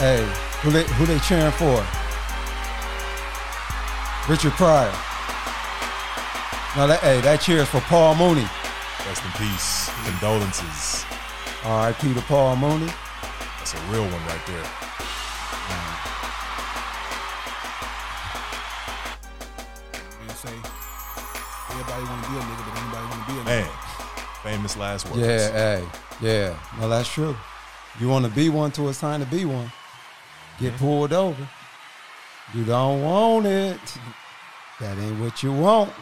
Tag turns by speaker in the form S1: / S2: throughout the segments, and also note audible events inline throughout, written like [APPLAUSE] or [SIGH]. S1: Hey, who they who they cheering for? Richard Pryor. Now that hey, that cheers for Paul Mooney.
S2: Rest in peace. Condolences.
S1: R.I.P. to Paul Mooney.
S2: That's a real one right there.
S3: And say, everybody want to be a nigga, but anybody want to be a nigga.
S2: Man, famous last words.
S1: Yeah, hey, yeah. No, that's true. You want to be one till it's time to be one. Get pulled over. You don't want it. That ain't what you want.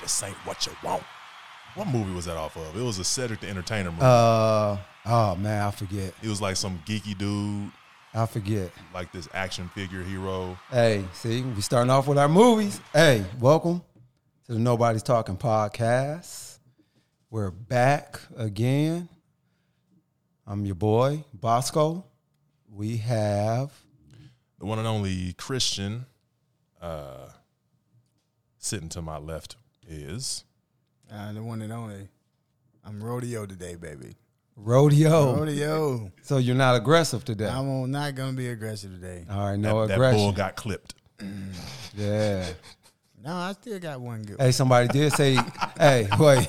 S2: This ain't what you want. What movie was that off of? It was a Cedric the Entertainer movie.
S1: Uh, oh man, I forget.
S2: it was like some geeky dude,
S1: I forget.
S2: like this action figure hero.
S1: Hey, see, we starting off with our movies. Hey, welcome to the Nobody's Talking podcast. We're back again. I'm your boy Bosco. We have
S2: The one and only Christian uh, sitting to my left is
S3: Uh, the one and only. I'm rodeo today, baby.
S1: rodeo.
S3: Rodeo.
S1: So you're not aggressive today.
S3: I'm on- not gonna be aggressive today.
S1: All right, no
S2: that, that bull
S1: Oh, aggression.
S2: got clipped.
S1: yeah.
S3: No, I still got one good.
S1: Hey, somebody did say. hey, wait,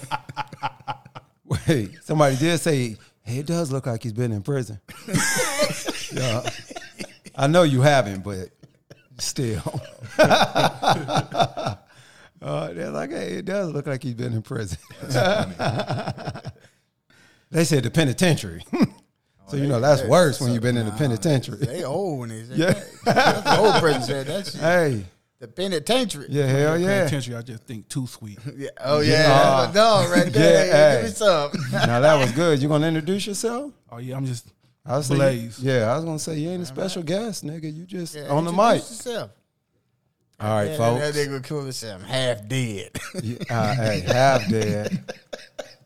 S1: wait. Somebody did say. Hey, it does look like he's been in prison. yeah. I know you haven't, but still. [LAUGHS] uh, they're like, hey, it does look like he's been in prison. [LAUGHS] they said the penitentiary. [LAUGHS] so you know that's worse when you've been in the
S3: Nah,
S4: [LAUGHS]
S1: penitentiary.
S3: They old when they say
S1: Yeah.
S3: yeah. that. [LAUGHS] The old person said that shit.
S1: Hey,
S3: The penitentiary.
S1: yeah, hell yeah.
S5: Penitentiary, I just think too sweet.
S3: Yeah. Oh yeah. That's a dog right there.
S1: Yeah, hey.
S3: Give me
S1: [LAUGHS]
S3: some.
S1: Now that was good. You gonna introduce yourself?
S5: Oh yeah, I'm just
S1: I was saying,
S5: Blaze.
S1: yeah, I was gonna say you ain't a special guest, nigga. You just
S3: Yeah,
S1: on the mic.
S3: introduce Yourself.
S1: All right,
S3: Yeah, that,
S1: folks.
S3: that nigga cool as him. Half dead.
S1: [LAUGHS] You- uh, [LAUGHS] hey, half dead.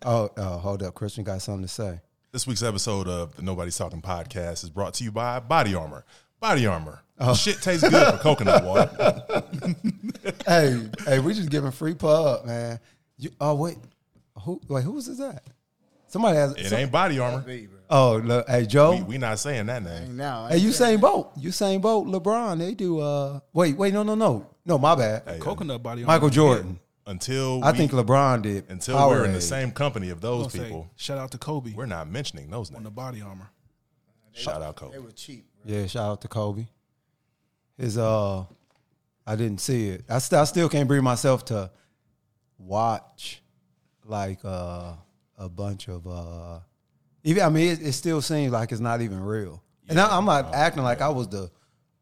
S1: Oh, oh, hold up, Christian got something to say.
S2: This week's episode of the Nobody's Talking podcast is brought to you by Body Armor. Body Armor.
S1: Oh.
S2: Shit tastes good
S1: [LAUGHS]
S2: for coconut water.
S1: Hey, hey, we just giving free pub, man. You, oh wait, who? Wait, who is that? Somebody has.
S2: It
S1: some-
S2: ain't Body Armor.
S3: [LAUGHS]
S1: oh, look, hey Joe.
S2: We, we not saying that name.
S3: now,
S1: hey, Usain Bolt. Usain Bolt, LeBron. They do. Uh, wait, wait, no, no, no, no. My bad.
S2: Hey,
S5: coconut body.
S1: Michael
S5: on my
S1: Jordan.
S2: Until
S1: I
S2: we-
S1: think LeBron did.
S2: until we're in the
S1: Powerade.
S2: same company of
S5: head. I'm
S2: those
S5: gonna say,
S2: people,
S5: shout out to Kobe
S2: we're not mentioning those
S5: on
S2: names.
S5: the body armor.
S2: Shout out Kobe.
S3: They were cheap.
S1: Yeah, shout out to Kobe. His uh, I didn't see it. I, st- I still can't bring myself to watch like uh a bunch of uh, even I mean it, it still seems like it's not even real. and I, I'm not acting like I was the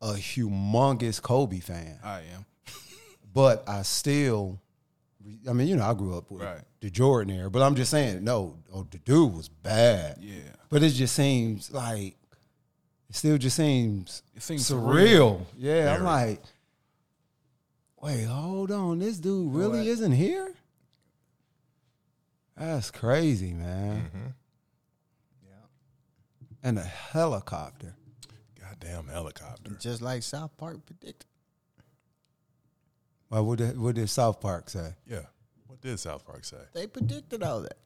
S1: a humongous Kobe fan,
S5: I am.
S1: but I still, I mean you know I grew up with
S5: Right.
S1: the Jordan era, but I'm just saying no, oh the dude was bad.
S5: Yeah.
S1: But it just seems like it still just seems
S5: It seems
S1: surreal. Yeah, I'm like, wait, hold on, this dude really isn't here. That's crazy, man.
S5: Mm-hmm.
S1: And a helicopter.
S2: Goddamn helicopter.
S3: Just like South Park predicted.
S1: Well, what did, what did South Park say?
S2: Yeah. What did South Park say?
S3: They predicted all that.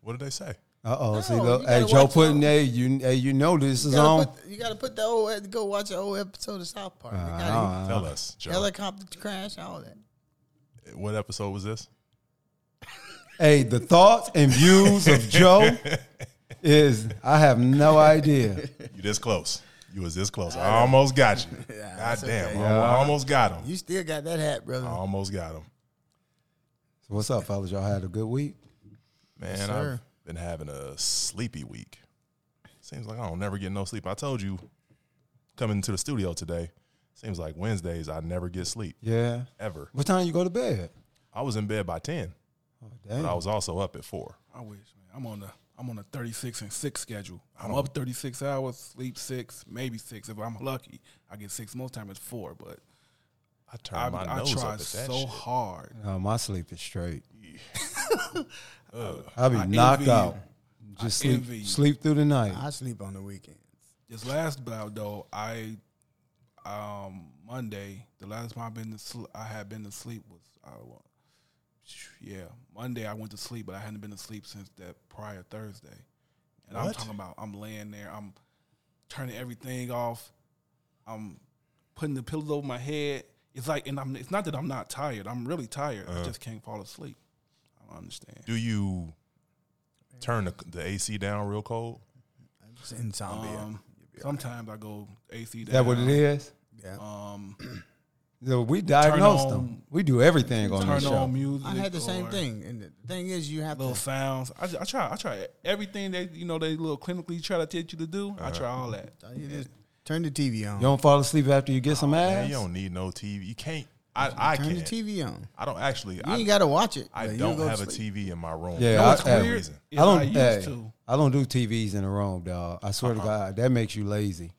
S2: What did they say?
S1: Uh oh, see,
S3: No,
S1: look,
S3: you
S1: hey
S3: gotta
S1: Joe
S3: watch
S1: Putin,
S3: out.
S1: hey you, hey you know this is
S3: You gotta
S1: on.
S3: put- You got to put the old go watch the old episode of South Park. They
S1: Uh,
S3: got it.
S1: uh,
S2: Tell us, Joe.
S3: helicopter crash, all that.
S2: what episode was this?
S1: Hey, the thoughts and
S3: [LAUGHS]
S1: views of Joe is I have no idea.
S2: You this close. You was this
S3: [LAUGHS]
S2: close. I almost got you. God
S3: that's
S2: damn.
S3: okay.
S2: I almo- almost got him.
S3: You still got that hat, brother.
S2: I almost got him.
S1: So what's up, fellas? Y'all had a good week?
S2: Man,
S3: sir.
S2: I've been having a sleepy week. Seems like I don't never get no sleep. I told you coming to the studio today, seems like Wednesdays I never get sleep
S1: Yeah.
S2: ever.
S1: What time you go to bed?
S2: I was in bed by 10,
S1: Oh,
S2: but I
S1: damn.
S2: was also up at 4.
S5: I wish, man. I'm on the I'm on a 36 and six schedule. I'm up 36 hours, sleep six, maybe six if I'm lucky. I get six. Most time it's four, but
S2: I turned
S5: I,
S2: Oh, my
S5: I
S2: nose up
S5: try
S2: at that
S5: so
S2: shit.
S5: hard.
S1: Oh,
S5: [LAUGHS]
S1: No, my sleep is straight. I'll be
S5: I
S1: knocked
S5: envy you.
S1: out. Just
S5: I
S1: sleep,
S5: envy you.
S1: sleep through the night.
S4: I sleep on the weekends.
S5: This last bout though, I um Monday, the last time I've been to sl- I had been to sleep was I wa- yeah Monday I went to sleep, but I hadn't been to sleep since that prior Thursday, and I'm
S2: What?
S5: talking about I'm laying there, I'm turning everything off, I'm putting the pillows over my head. It's like, and I'm it's not that I'm not tired, I'm really tired.
S1: Uh-huh.
S5: I just can't fall asleep. I don't understand.
S2: Do you turn the, the AC down real cold?
S4: It's insomnia.
S5: Um, sometimes I go AC.
S1: Is that what it is?
S4: yeah.
S5: Um,
S1: No, we diagnose
S5: on-
S1: them. We do everything on
S5: turn
S1: this show.
S5: on music.
S4: I had the same
S5: or
S4: thing, and the thing is, you have
S5: Little
S4: to.
S5: sounds. I, I try. I try everything they you know they little clinically try to teach you to do. I try all that.
S4: [LAUGHS] You just turn the TV on.
S1: You don't fall asleep after you get some
S5: Oh,
S2: Man,
S1: ass.
S2: you don't need no TV. You can't. I, I
S4: turn
S2: can't.
S4: the TV on.
S2: I don't actually.
S4: You
S2: I,
S4: ain't got to watch it.
S2: I
S4: but you'll
S2: don't
S4: go to
S2: have a
S4: sleep.
S2: TV in my room.
S1: Yeah,
S2: no,
S1: I-
S2: it's for a
S1: hey,
S2: reason.
S5: Is
S1: I don't.
S5: I used
S1: hey,
S5: to.
S1: I don't do TVs in the room, dog. I swear
S2: Uh-uh.
S1: to God, that makes you lazy.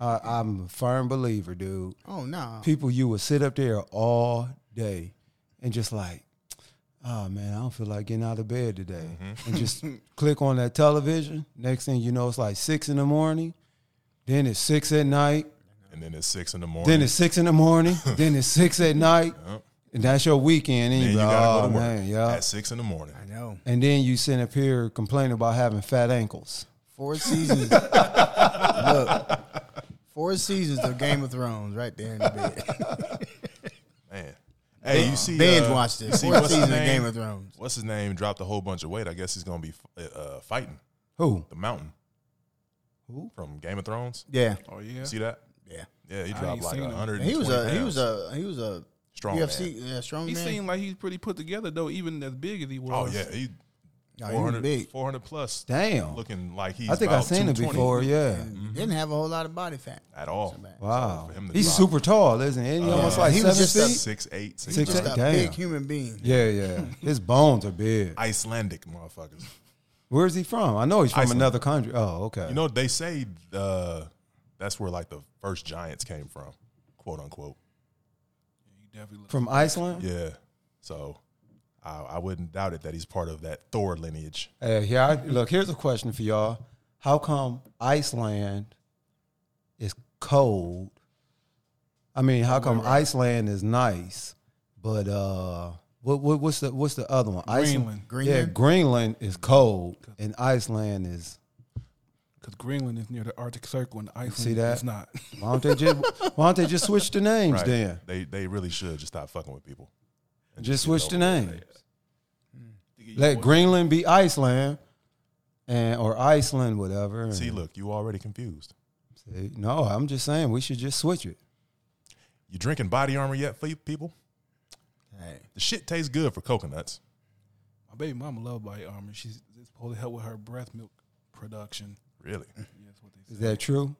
S1: I, I'm a firm believer, dude.
S4: Oh no.
S1: People, you would sit up there all day and just like, oh man, I don't feel like getting out of bed today,
S2: Mm-hmm.
S1: and
S2: [LAUGHS]
S1: just click on that television. Next thing you know, it's like six in the morning. Then it's six at night.
S2: And then it's six in the morning.
S1: Then it's six in the
S2: [LAUGHS]
S1: morning. then it's six at night. And that's your weekend. And
S2: Then you
S1: you go,
S2: gotta go to
S1: "Oh,
S2: work
S1: man, yeah.
S2: at six in the morning.
S4: I know.
S1: And then you sitting up here complaining about having fat ankles.
S4: Four seasons. [LAUGHS] Look, four seasons of Game of Thrones right there in the bed.
S2: Man, [LAUGHS] hey, you see,
S4: Binge
S2: uh,
S4: watched
S2: you
S4: it.
S2: see
S4: Four
S2: what's his
S4: seasons of
S2: name?
S4: Game of Thrones.
S2: What's his name? Dropped a whole bunch of weight. I guess he's gonna be uh, fighting
S1: Who?
S2: the Mountain. Who from Game of Thrones?
S4: Yeah,
S5: Oh yeah.
S2: See that?
S4: yeah.
S2: Yeah, he
S5: I
S2: dropped
S5: ain't
S2: like
S5: seen him.
S2: hundred.
S4: And he was a he was a he was a
S2: Strong
S4: UFC yeah, strong
S5: He
S4: man.
S5: seemed like he's pretty put together though, even as big as he
S2: Oh
S5: was.
S2: yeah, he
S4: No, Oh, he was
S2: 400,
S4: big.
S2: 400 plus.
S1: Damn.
S2: looking like he's.
S1: I think
S2: about
S1: I've seen him
S2: 220
S1: before. Yeah.
S2: Mm-hmm.
S4: Didn't have a whole lot of body fat.
S2: at all.
S1: Wow.
S2: for him to
S1: He's
S2: drop- Uh,
S1: super tall, isn't he? Ain't he almost like
S4: he
S1: seven
S4: was just
S1: feet?
S4: a-
S2: Six eight, six
S1: Six,
S2: nine.
S4: Just a
S1: Damn.
S4: big human being.
S1: yeah, yeah. His bones are big.
S2: Icelandic motherfuckers.
S1: Where's he from? I know he's from
S2: Iceland.
S1: another country. Oh, okay.
S2: You know, they say uh, that's where like the first giants came from, quote unquote.
S5: He definitely looked-
S1: from Iceland?
S2: Yeah. So I, I wouldn't doubt it that he's part of that Thor lineage.
S1: Yeah. yeah I- look, here's a question for y'all. How come Iceland is cold? I mean, how come Iceland is nice, but uh, what, what what's the what's the other one? Iceland.
S5: Greenland.
S1: Yeah,
S4: Greenland?
S1: Greenland is cold, and Iceland is.
S5: Because Greenland is near the Arctic Circle and Iceland
S1: See that?
S5: is not.
S1: Why don't they just Why don't they just switch the names
S2: Right.
S1: then?
S2: They they really should just stop fucking with people. And
S1: Just
S2: get
S1: switch
S2: over
S1: the
S2: with
S1: names. Let Greenland be Iceland, and or Iceland, whatever.
S2: it.
S1: and-
S2: See, look, you already confused.
S1: See, no, I'm just saying we should just switch it.
S2: You drinking body armor yet, fe- people?
S4: Hey,
S2: The shit tastes good for coconuts.
S5: My baby mama love body armor. She's it's supposed to help with her breast milk production.
S2: Really?
S5: Yeah, That's what they
S1: Is
S5: said.
S1: that true?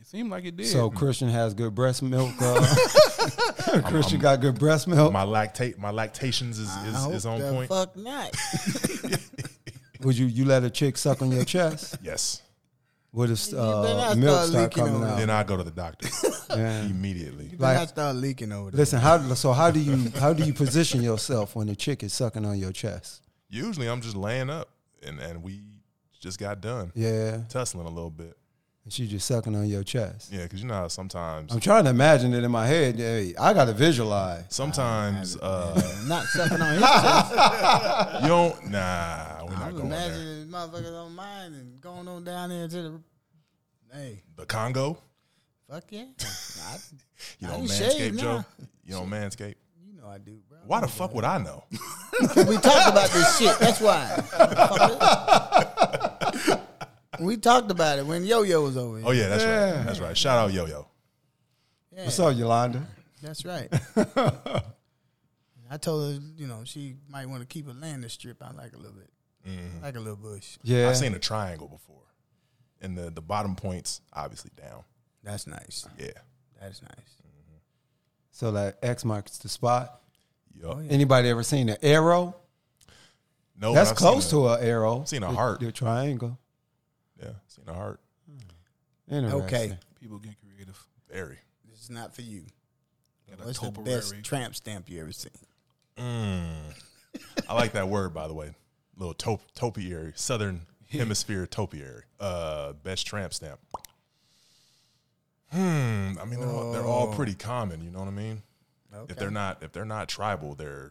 S5: It seemed like it did. Mm-hmm.
S1: So Christian has good breast milk. Uh,
S2: [LAUGHS]
S1: [LAUGHS] Christian got good breast milk.
S2: My lactate, my lactations is
S4: I
S2: is,
S4: hope
S2: is on
S4: the
S2: point. [LAUGHS]
S4: Fuck not.
S1: Would you you let a chick suck on your chest?
S2: Yes.
S1: Would if
S4: better
S1: uh,
S4: not
S1: milk
S4: start
S1: start
S4: leaking
S1: coming
S4: over
S1: out?
S2: Then I go to the doctor [LAUGHS]
S1: Yeah.
S2: immediately.
S4: Like, I start leaking over there.
S1: Listen, how so how do you how do you position yourself when a chick is sucking on your chest?
S2: Usually I'm just laying up and, and we just got done.
S1: Yeah,
S2: Tussling a little bit.
S1: and she just sucking on your chest.
S2: Yeah, because you know how sometimes
S1: I'm trying to imagine it in my head. Hey, I got to visualize.
S2: sometimes uh,
S1: [LAUGHS]
S4: Not sucking on his chest.
S2: you don't nah, we're not
S4: I'm
S2: going there.
S4: imagining this motherfuckers on mine and going on down there to the. Hey,
S2: the Congo.
S4: fuck yeah. [LAUGHS] I,
S2: You
S4: I
S2: know
S4: do
S2: Manscaped,
S4: shave
S2: Joe.
S4: now.
S2: You know Manscaped.
S4: You know I do, bro.
S2: Why the fuck would I know?
S4: We talked about this shit.
S2: [LAUGHS]
S4: That's why. Fucker. we talked about it when Yo Yo was over here.
S2: Oh yeah, that's right. That's right. Shout out Yo Yo.
S4: Yeah,
S1: What's up, Yolanda?
S4: That's right. I told her, you know, she might want to keep a landing strip out like a little bit, like a little bush.
S1: Yeah,
S2: I've seen a triangle before, and the the bottom points obviously down.
S4: That's nice.
S2: Yeah.
S4: That's nice.
S1: So like X marks the spot.
S2: Yup.
S4: Oh,
S1: Anybody ever seen an arrow?
S2: No,
S1: That's close to an arrow.
S2: seen a
S1: The-
S2: heart.
S1: The triangle.
S2: to. Yeah, seen a heart.
S1: Interesting.
S4: Okay,
S5: people get creative.
S2: Very.
S4: this is not for you.
S5: Got a
S4: What's the best
S5: topiary.
S4: tramp stamp you ever seen? Hmm. [LAUGHS]
S2: I like that word by the way. Little top, topiary, southern Hemisphere Topiary. Uh, best tramp stamp. Hmm. I mean, they're all, they're all pretty common. You know what I mean?
S4: Oh. Okay.
S2: If they're not, if they're not tribal, they're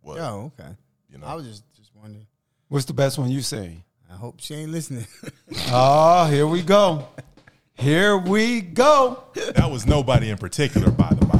S2: what?
S4: Oh, okay.
S2: You know,
S4: I was just just wondering.
S1: What's the best one you seen?
S4: I hope she ain't listening. [LAUGHS]
S1: Oh, here we go. Here we go.
S2: that was nobody in particular, by the by.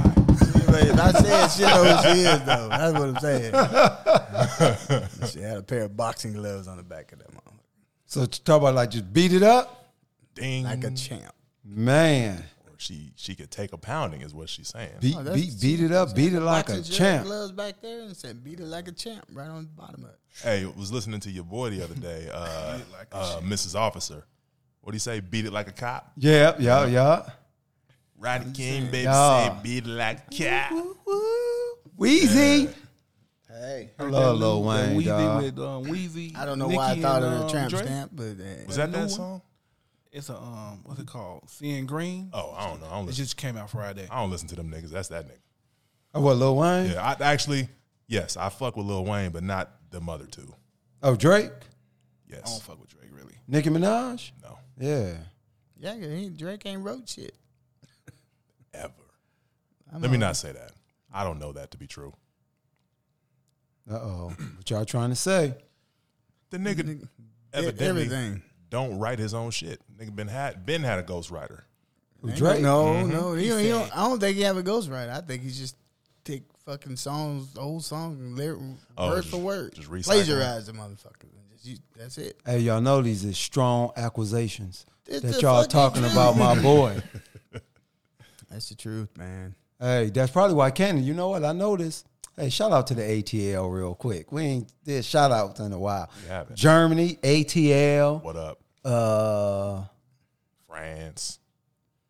S4: If I said she knows who she is though. That's what I'm saying. she had a pair of boxing gloves on the back of that mom.
S1: So to talk about like just beat it up,
S2: Ding.
S4: Like a champ.
S1: man.
S2: Or she she could take a pounding, is what she's saying.
S1: Beat
S4: Oh, that's-
S1: beat beat it up, beat it like a
S4: Boxing
S1: champ.
S4: gloves back there and said beat it like a champ right on the bottom of it.
S2: Hey, was listening to your boy the other day, uh, uh, Mrs. Officer. What do you say? Beat it like a cop.
S1: Yeah, yeah, yeah.
S2: Roddy King, baby,
S1: Yeah.
S2: say beat it like a cop.
S1: Wheezy.
S4: Hey.
S1: I love Lil
S5: That
S1: Wayne.
S5: Weezy
S1: dawg.
S5: with um, Weezy.
S4: I don't know
S5: Nicki
S4: why I
S5: and,
S4: thought of
S5: um,
S4: the tramp
S5: Drake.
S4: stamp, but uh,
S2: Was that
S5: new one?
S2: that song?
S5: It's a um, what's it called? Seeing Green.
S2: Oh, I don't know. I don't,
S5: It
S2: listen,
S5: just came out Friday.
S2: I don't listen to them niggas. That's that nigga.
S1: Oh, what Lil Wayne?
S2: Yeah, I actually, yes, I fuck with Lil Wayne, but not them other two.
S1: Oh, Drake,
S5: I don't
S2: Yes,
S5: fuck with Drake really.
S1: Nicki Minaj.
S2: no,
S1: Yeah,
S4: yeah, he, Drake ain't wrote shit. E-
S2: ever.
S4: I'm
S2: Let me
S4: all-
S2: not say that. I don't know that to be true.
S1: uh oh. What y'all trying to say?
S2: The nigga
S4: Nigga,
S2: evidently
S4: everything.
S2: don't write his own shit. Nigga been had been had a ghostwriter.
S1: Who,
S4: Ain't
S1: Drake?
S4: No, no, he, don't- he don't, I don't think he have a ghostwriter. I think he just take fucking songs, old songs, and lyric,
S2: Oh,
S4: word
S2: just-
S4: for word,
S2: just recycle.
S4: plagiarize the motherfucker. And just use- that's it.
S1: Hey, y'all know these is strong accusations
S4: It's
S1: that
S4: the
S1: y'all
S4: fucking
S1: talking
S4: truth.
S1: about my boy.
S4: That's the truth, man.
S1: Hey, that's probably why Cannon. You know what? I noticed. Hey, shout out to the ATL real quick. We ain't did shout outs in a while.
S2: haven't.
S1: Germany, ATL,
S2: What up,
S1: uh,
S2: France?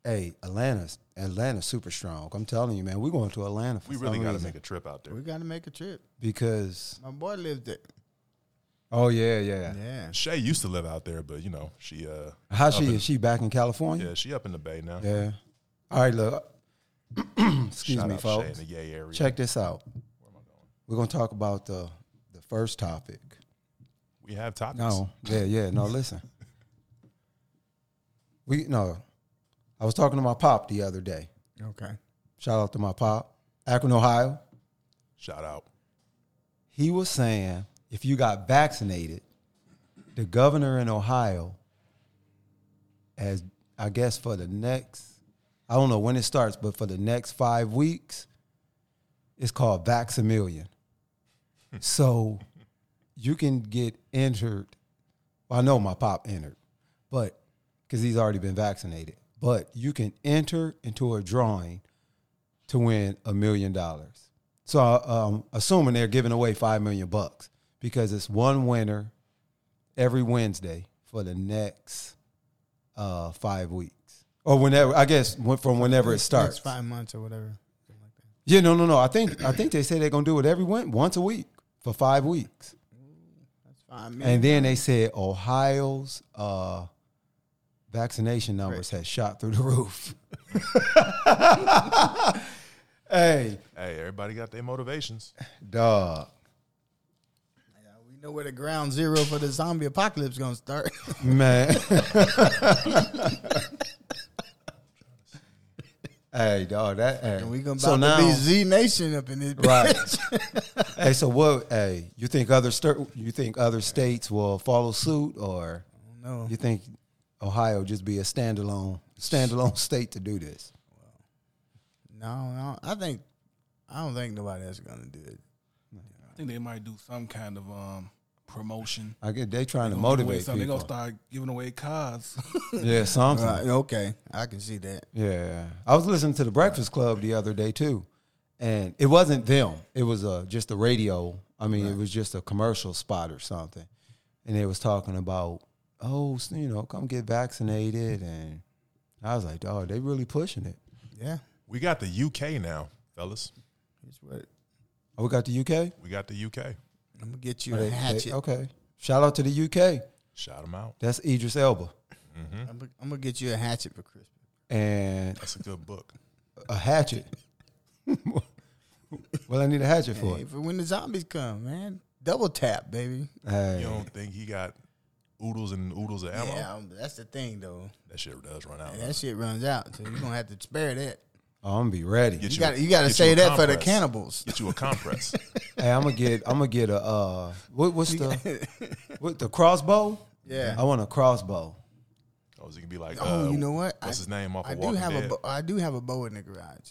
S1: hey, Atlanta's Atlanta's super strong. I'm telling you, man, we're going to Atlanta. For
S2: We really got
S1: got
S2: to make a trip out there.
S4: We got to make a trip.
S1: because.
S4: My boy lived there.
S1: Oh yeah, yeah.
S4: Yeah,
S2: Shay used to live out there, but you know she uh
S1: How she
S2: up in-
S1: is? She back in California?
S2: yeah she up in the bay now.
S1: Yeah. All right, look. [CLEARS THROAT] Excuse
S2: Shout
S1: me,
S2: out Shay in
S1: folks.
S2: the Yay area.
S1: Check this out. We're gonna talk about the the first topic.
S2: We have topics.
S1: No, yeah, yeah. No, listen. We no. I was talking to my pop the other day.
S4: okay.
S1: Shout out to my pop, Akron, Ohio.
S2: Shout out.
S1: He was saying if you got vaccinated, the governor in Ohio, as I guess for the next, I don't know when it starts, but for the next five weeks, it's called Vaximillion. so you can get entered. Well, I know my pop entered, but because he's already been vaccinated, but you can enter into a drawing to win a million dollars. So um, assuming they're giving away five million bucks because it's one winner every Wednesday for the next uh, five weeks or whenever. I guess when- from whenever it
S4: Next-
S1: starts.
S4: next five months or whatever. Something like that.
S1: Yeah, no, no, no. I think I think they say they're gonna do it every one, once a week for five weeks,
S4: That's five
S1: and
S4: minutes.
S1: then they said Ohio's uh, vaccination numbers has shot through the roof. [LAUGHS] hey,
S2: Hey, everybody got their motivations.
S1: dog,
S4: we know where the ground zero for the zombie apocalypse gonna start. [LAUGHS]
S1: man. [LAUGHS] hey, dog, that. Hey.
S4: and we gonna
S1: so
S4: about
S1: now,
S4: to be Z Nation up in this bitch. [LAUGHS]
S1: Right. hey, so what? Hey, you think other sta- you think other states will follow suit or?
S4: No.
S1: You think Ohio just be a standalone standalone [LAUGHS] state to do this?
S4: No, no. I think I don't think nobody else is gonna do it.
S5: I think they might do some kind of um promotion.
S1: I get they trying to
S5: Gonna give away
S1: motivate
S5: something. They
S1: people.
S5: gonna start giving away [LAUGHS] cars.
S1: yeah, something.
S4: Right, okay, I can see that.
S1: Yeah, I was listening to the Breakfast Club the other day too, and it wasn't them. It was uh, just a radio. I mean, it was just a commercial spot or something, and they was talking about, oh, s- you know, come get vaccinated, and I was like, dog, they really pushing it.
S4: Yeah,
S2: We got the UK now, fellas.
S4: it's what
S1: Oh, we got the UK.
S2: We got the UK.
S4: I'm gonna get you
S1: Oh,
S4: a
S1: they- they-
S4: hatchet.
S1: okay. Shout out to the UK.
S2: Shout them out.
S1: That's Idris Elba.
S4: I'm, gonna- I'm gonna get you a hatchet for Christmas.
S1: And
S2: That's a good book.
S1: a hatchet. well, I need a hatchet for
S4: Hey,
S1: it.
S4: for when the zombies come, man. Double tap, baby.
S2: You
S1: Hey,
S2: don't think he got oodles and oodles of ammo,
S4: Yeah, um, that's the thing though.
S2: that shit does run out.
S4: And that shit runs out, so you're gonna have to spare that.
S1: Oh, I'm gonna be ready.
S2: Get
S4: You got
S2: a-
S4: to you got to
S2: get
S4: say
S2: a
S4: that for the
S2: compress.
S4: cannibals.
S2: Get you a
S4: [LAUGHS]
S2: compress.
S1: Hey, I'm gonna get. I'm gonna get a. Uh, what, what's
S4: [LAUGHS]
S1: the? What the crossbow?
S4: Yeah.
S1: I want a crossbow.
S2: oh, so you can be like,
S4: Oh,
S2: uh,
S4: you know what?
S2: What's
S4: I-
S2: his name off
S4: I
S2: of
S4: do
S2: Walking
S4: have
S2: Dead?
S4: a bo- I do have a bow in the garage.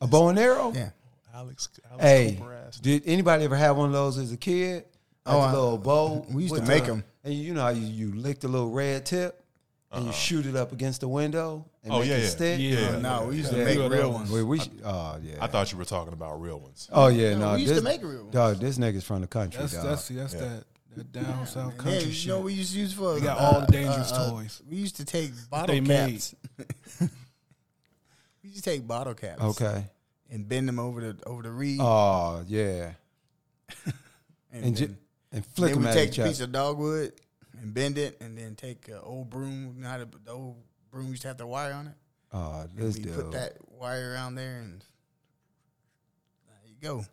S1: A bow and arrow.
S4: Yeah.
S2: Alex, Alex
S1: Hey,
S2: Cooper ass.
S1: did anybody ever have one of those as a kid? Like
S4: Oh,
S1: a
S4: I-
S1: little bow.
S4: we used
S1: with
S4: to make 'em.
S1: And you know how you, you lick the little red tip and you
S4: Uh-huh.
S1: shoot it up against the window and
S2: Oh,
S1: make
S2: yeah,
S1: it
S2: yeah.
S1: stick.
S2: Yeah.
S4: Oh, no, we used to
S1: Yeah.
S4: make real ones.
S1: We, we should, oh yeah.
S2: I thought you were talking about real ones.
S1: oh yeah. No,
S4: No, we used
S1: this,
S4: to make real ones.
S1: Dog, this nigga's from the country.
S5: That's
S1: dog.
S5: that's see, that's that that down south
S4: Yeah,
S5: country shit.
S4: you know what we used to use for? uh,
S5: got all the dangerous toys.
S4: We used to take bottle
S5: they made.
S4: caps. we used to take bottle caps.
S1: okay.
S4: And bend them over the over the reed.
S1: Oh yeah.
S4: and
S1: And
S4: then,
S1: ju- and flick
S4: then
S1: them
S4: we
S1: at
S4: take
S1: each
S4: a
S1: other.
S4: piece of dogwood and bend it, and then take an old broom. You know how the, the old broom used to have the wire on it.
S1: oh, this
S4: we
S1: dude.
S4: put that wire around there, and there you go.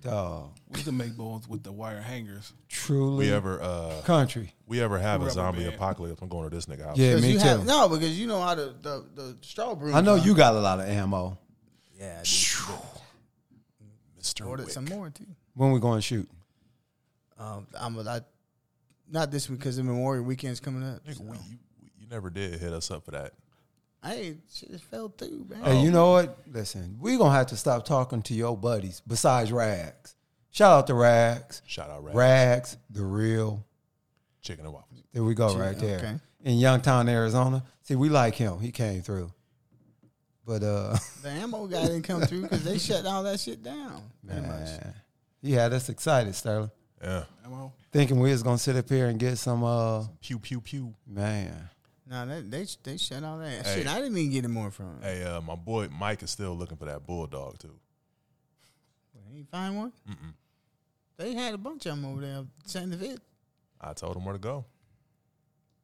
S1: Dog.
S5: We can make bones with the wire hangers.
S1: Truly
S2: We ever uh
S1: country.
S2: we ever have a
S5: Rubber
S2: zombie
S5: band.
S2: apocalypse? I'm going to this nigga house.
S1: Yeah,
S4: 'Cause
S1: me
S4: you
S1: too.
S4: have- no, because you know how the the, the straw broom.
S1: I know you got a lot of ammo.
S4: Yeah, I did.
S2: Mr.
S4: ordered
S2: Wick.
S4: some more too.
S1: When we going to shoot?
S4: Um, I'm I, not this week because the Memorial Weekend's coming up.
S2: Nigga,
S4: so.
S2: we, you, you never did hit us up for that.
S4: I ain't shit just fell through, man.
S1: Hey, you know what? Listen, we gonna have to stop talking to your buddies besides Rags. Shout out to Rags.
S2: Shout out Rag.
S1: Rags, the real.
S2: Chicken and waffles.
S1: There we go, right there.
S4: okay.
S1: In Youngtown, Arizona. See, we like him. He came through. But
S4: [LAUGHS]
S1: uh
S4: The ammo guy didn't come through because they shut all that shit down. Pretty much.
S1: man, he had us excited, Sterling.
S2: Yeah.
S5: Ammo.
S1: Thinking we was gonna sit up here and get some uh
S2: Pew pew pew.
S1: man.
S4: No, they, they they shut all that
S2: Hey.
S4: shit. I didn't even get any more from him.
S2: Hey, uh, my boy Mike is still looking for that bulldog too.
S4: They ain't find one. They had a bunch of them over there, Santa Fe.
S2: I told him where to go.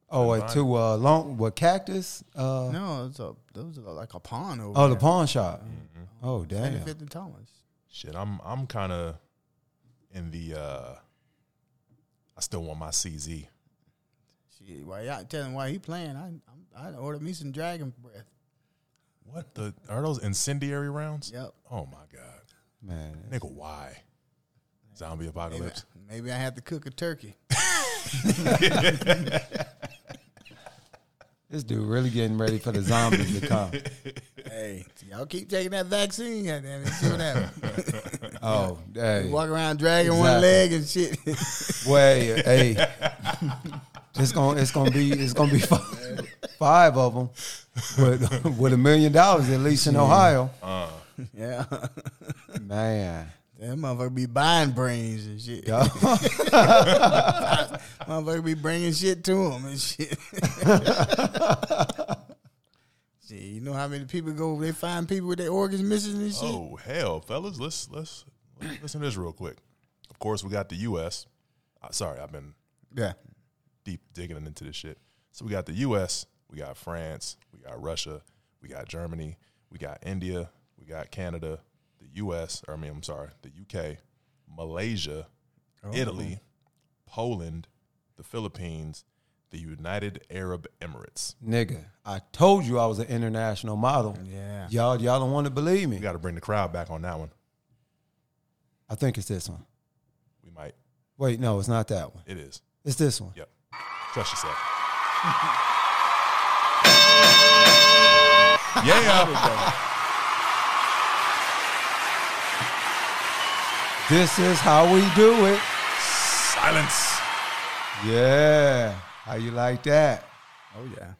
S1: Oh,
S2: Couldn't
S1: uh,
S2: find
S1: to uh long what cactus? Uh
S4: No, it's a those are like a pond over.
S1: oh the
S4: there.
S1: pawn shop. Oh
S4: Santa
S1: damn.
S4: Fe and Thomas.
S2: Shit, I'm I'm kind of in the. uh I still want my CZ.
S4: Shit, why y'all telling why he playing? I I'm, I ordered me some dragon breath.
S2: What the are those incendiary rounds?
S4: Yep.
S2: Oh my god,
S1: Man.
S2: nigga, why? Zombie
S4: Maybe,
S2: apocalypse.
S4: maybe I had to cook a turkey.
S1: This dude really getting ready for the zombies to come.
S4: hey, y'all keep taking that vaccine, goddamn it. See what happens.
S1: Oh, hey.
S4: Walk around dragging one
S1: Exactly.
S4: leg and shit.
S1: Wait, hey, it's gonna it's gonna be it's gonna be five, five of them with [LAUGHS] with a million dollars at least in Ohio.
S4: yeah.
S1: Man,
S4: That motherfucker be buying brains and shit.
S1: Yo,
S4: [LAUGHS] Motherfucker be bringing shit to him and shit. shit. You know how many people go, they find people with their organs missing and shit?
S2: Oh hell, fellas, let's let's let's listen to this real quick. Of course, we got the U.S. Uh, sorry, I've been
S4: Yeah.
S2: deep digging into this shit. So we got the U.S., we got France, we got Russia, we got Germany, we got India, we got Canada, the U.S. Or I mean, I'm sorry, the U.K., Malaysia, Italy, Poland, the Philippines, the United Arab Emirates.
S1: nigga, I told you I was an international model.
S4: Yeah.
S1: Y'all y'all don't want to believe
S2: We
S1: me.
S2: got to bring the crowd back on that one.
S1: I think it's this one.
S2: We might.
S1: Wait, no, it's not that one.
S2: It is.
S1: It's this one.
S2: Yep. Trust yourself.
S1: [LAUGHS]
S2: yeah.
S1: This is how we do it.
S2: Silence.
S1: Yeah, how you like that?
S4: Oh, yeah.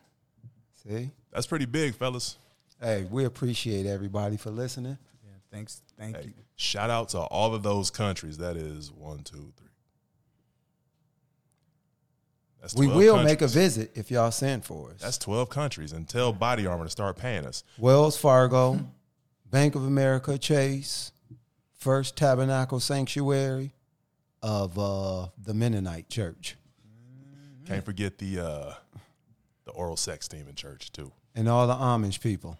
S1: See,
S2: That's pretty big, fellas.
S1: hey, we appreciate everybody for listening.
S4: yeah. Thanks. Thank
S2: Hey,
S4: you.
S2: shout out to all of those countries. That is one, two, three. That's
S1: We
S2: 12
S1: will
S2: countries.
S1: make a visit if y'all send for us.
S2: That's 12 countries and tell Body Armor to start paying us.
S1: Wells
S2: Hmm.
S1: Fargo, Bank of America, Chase, First Tabernacle Sanctuary of uh, the Mennonite Church, Mm.
S2: Can't forget the uh, the oral sex team in church, too. [LAUGHS]
S1: and all the Amish people.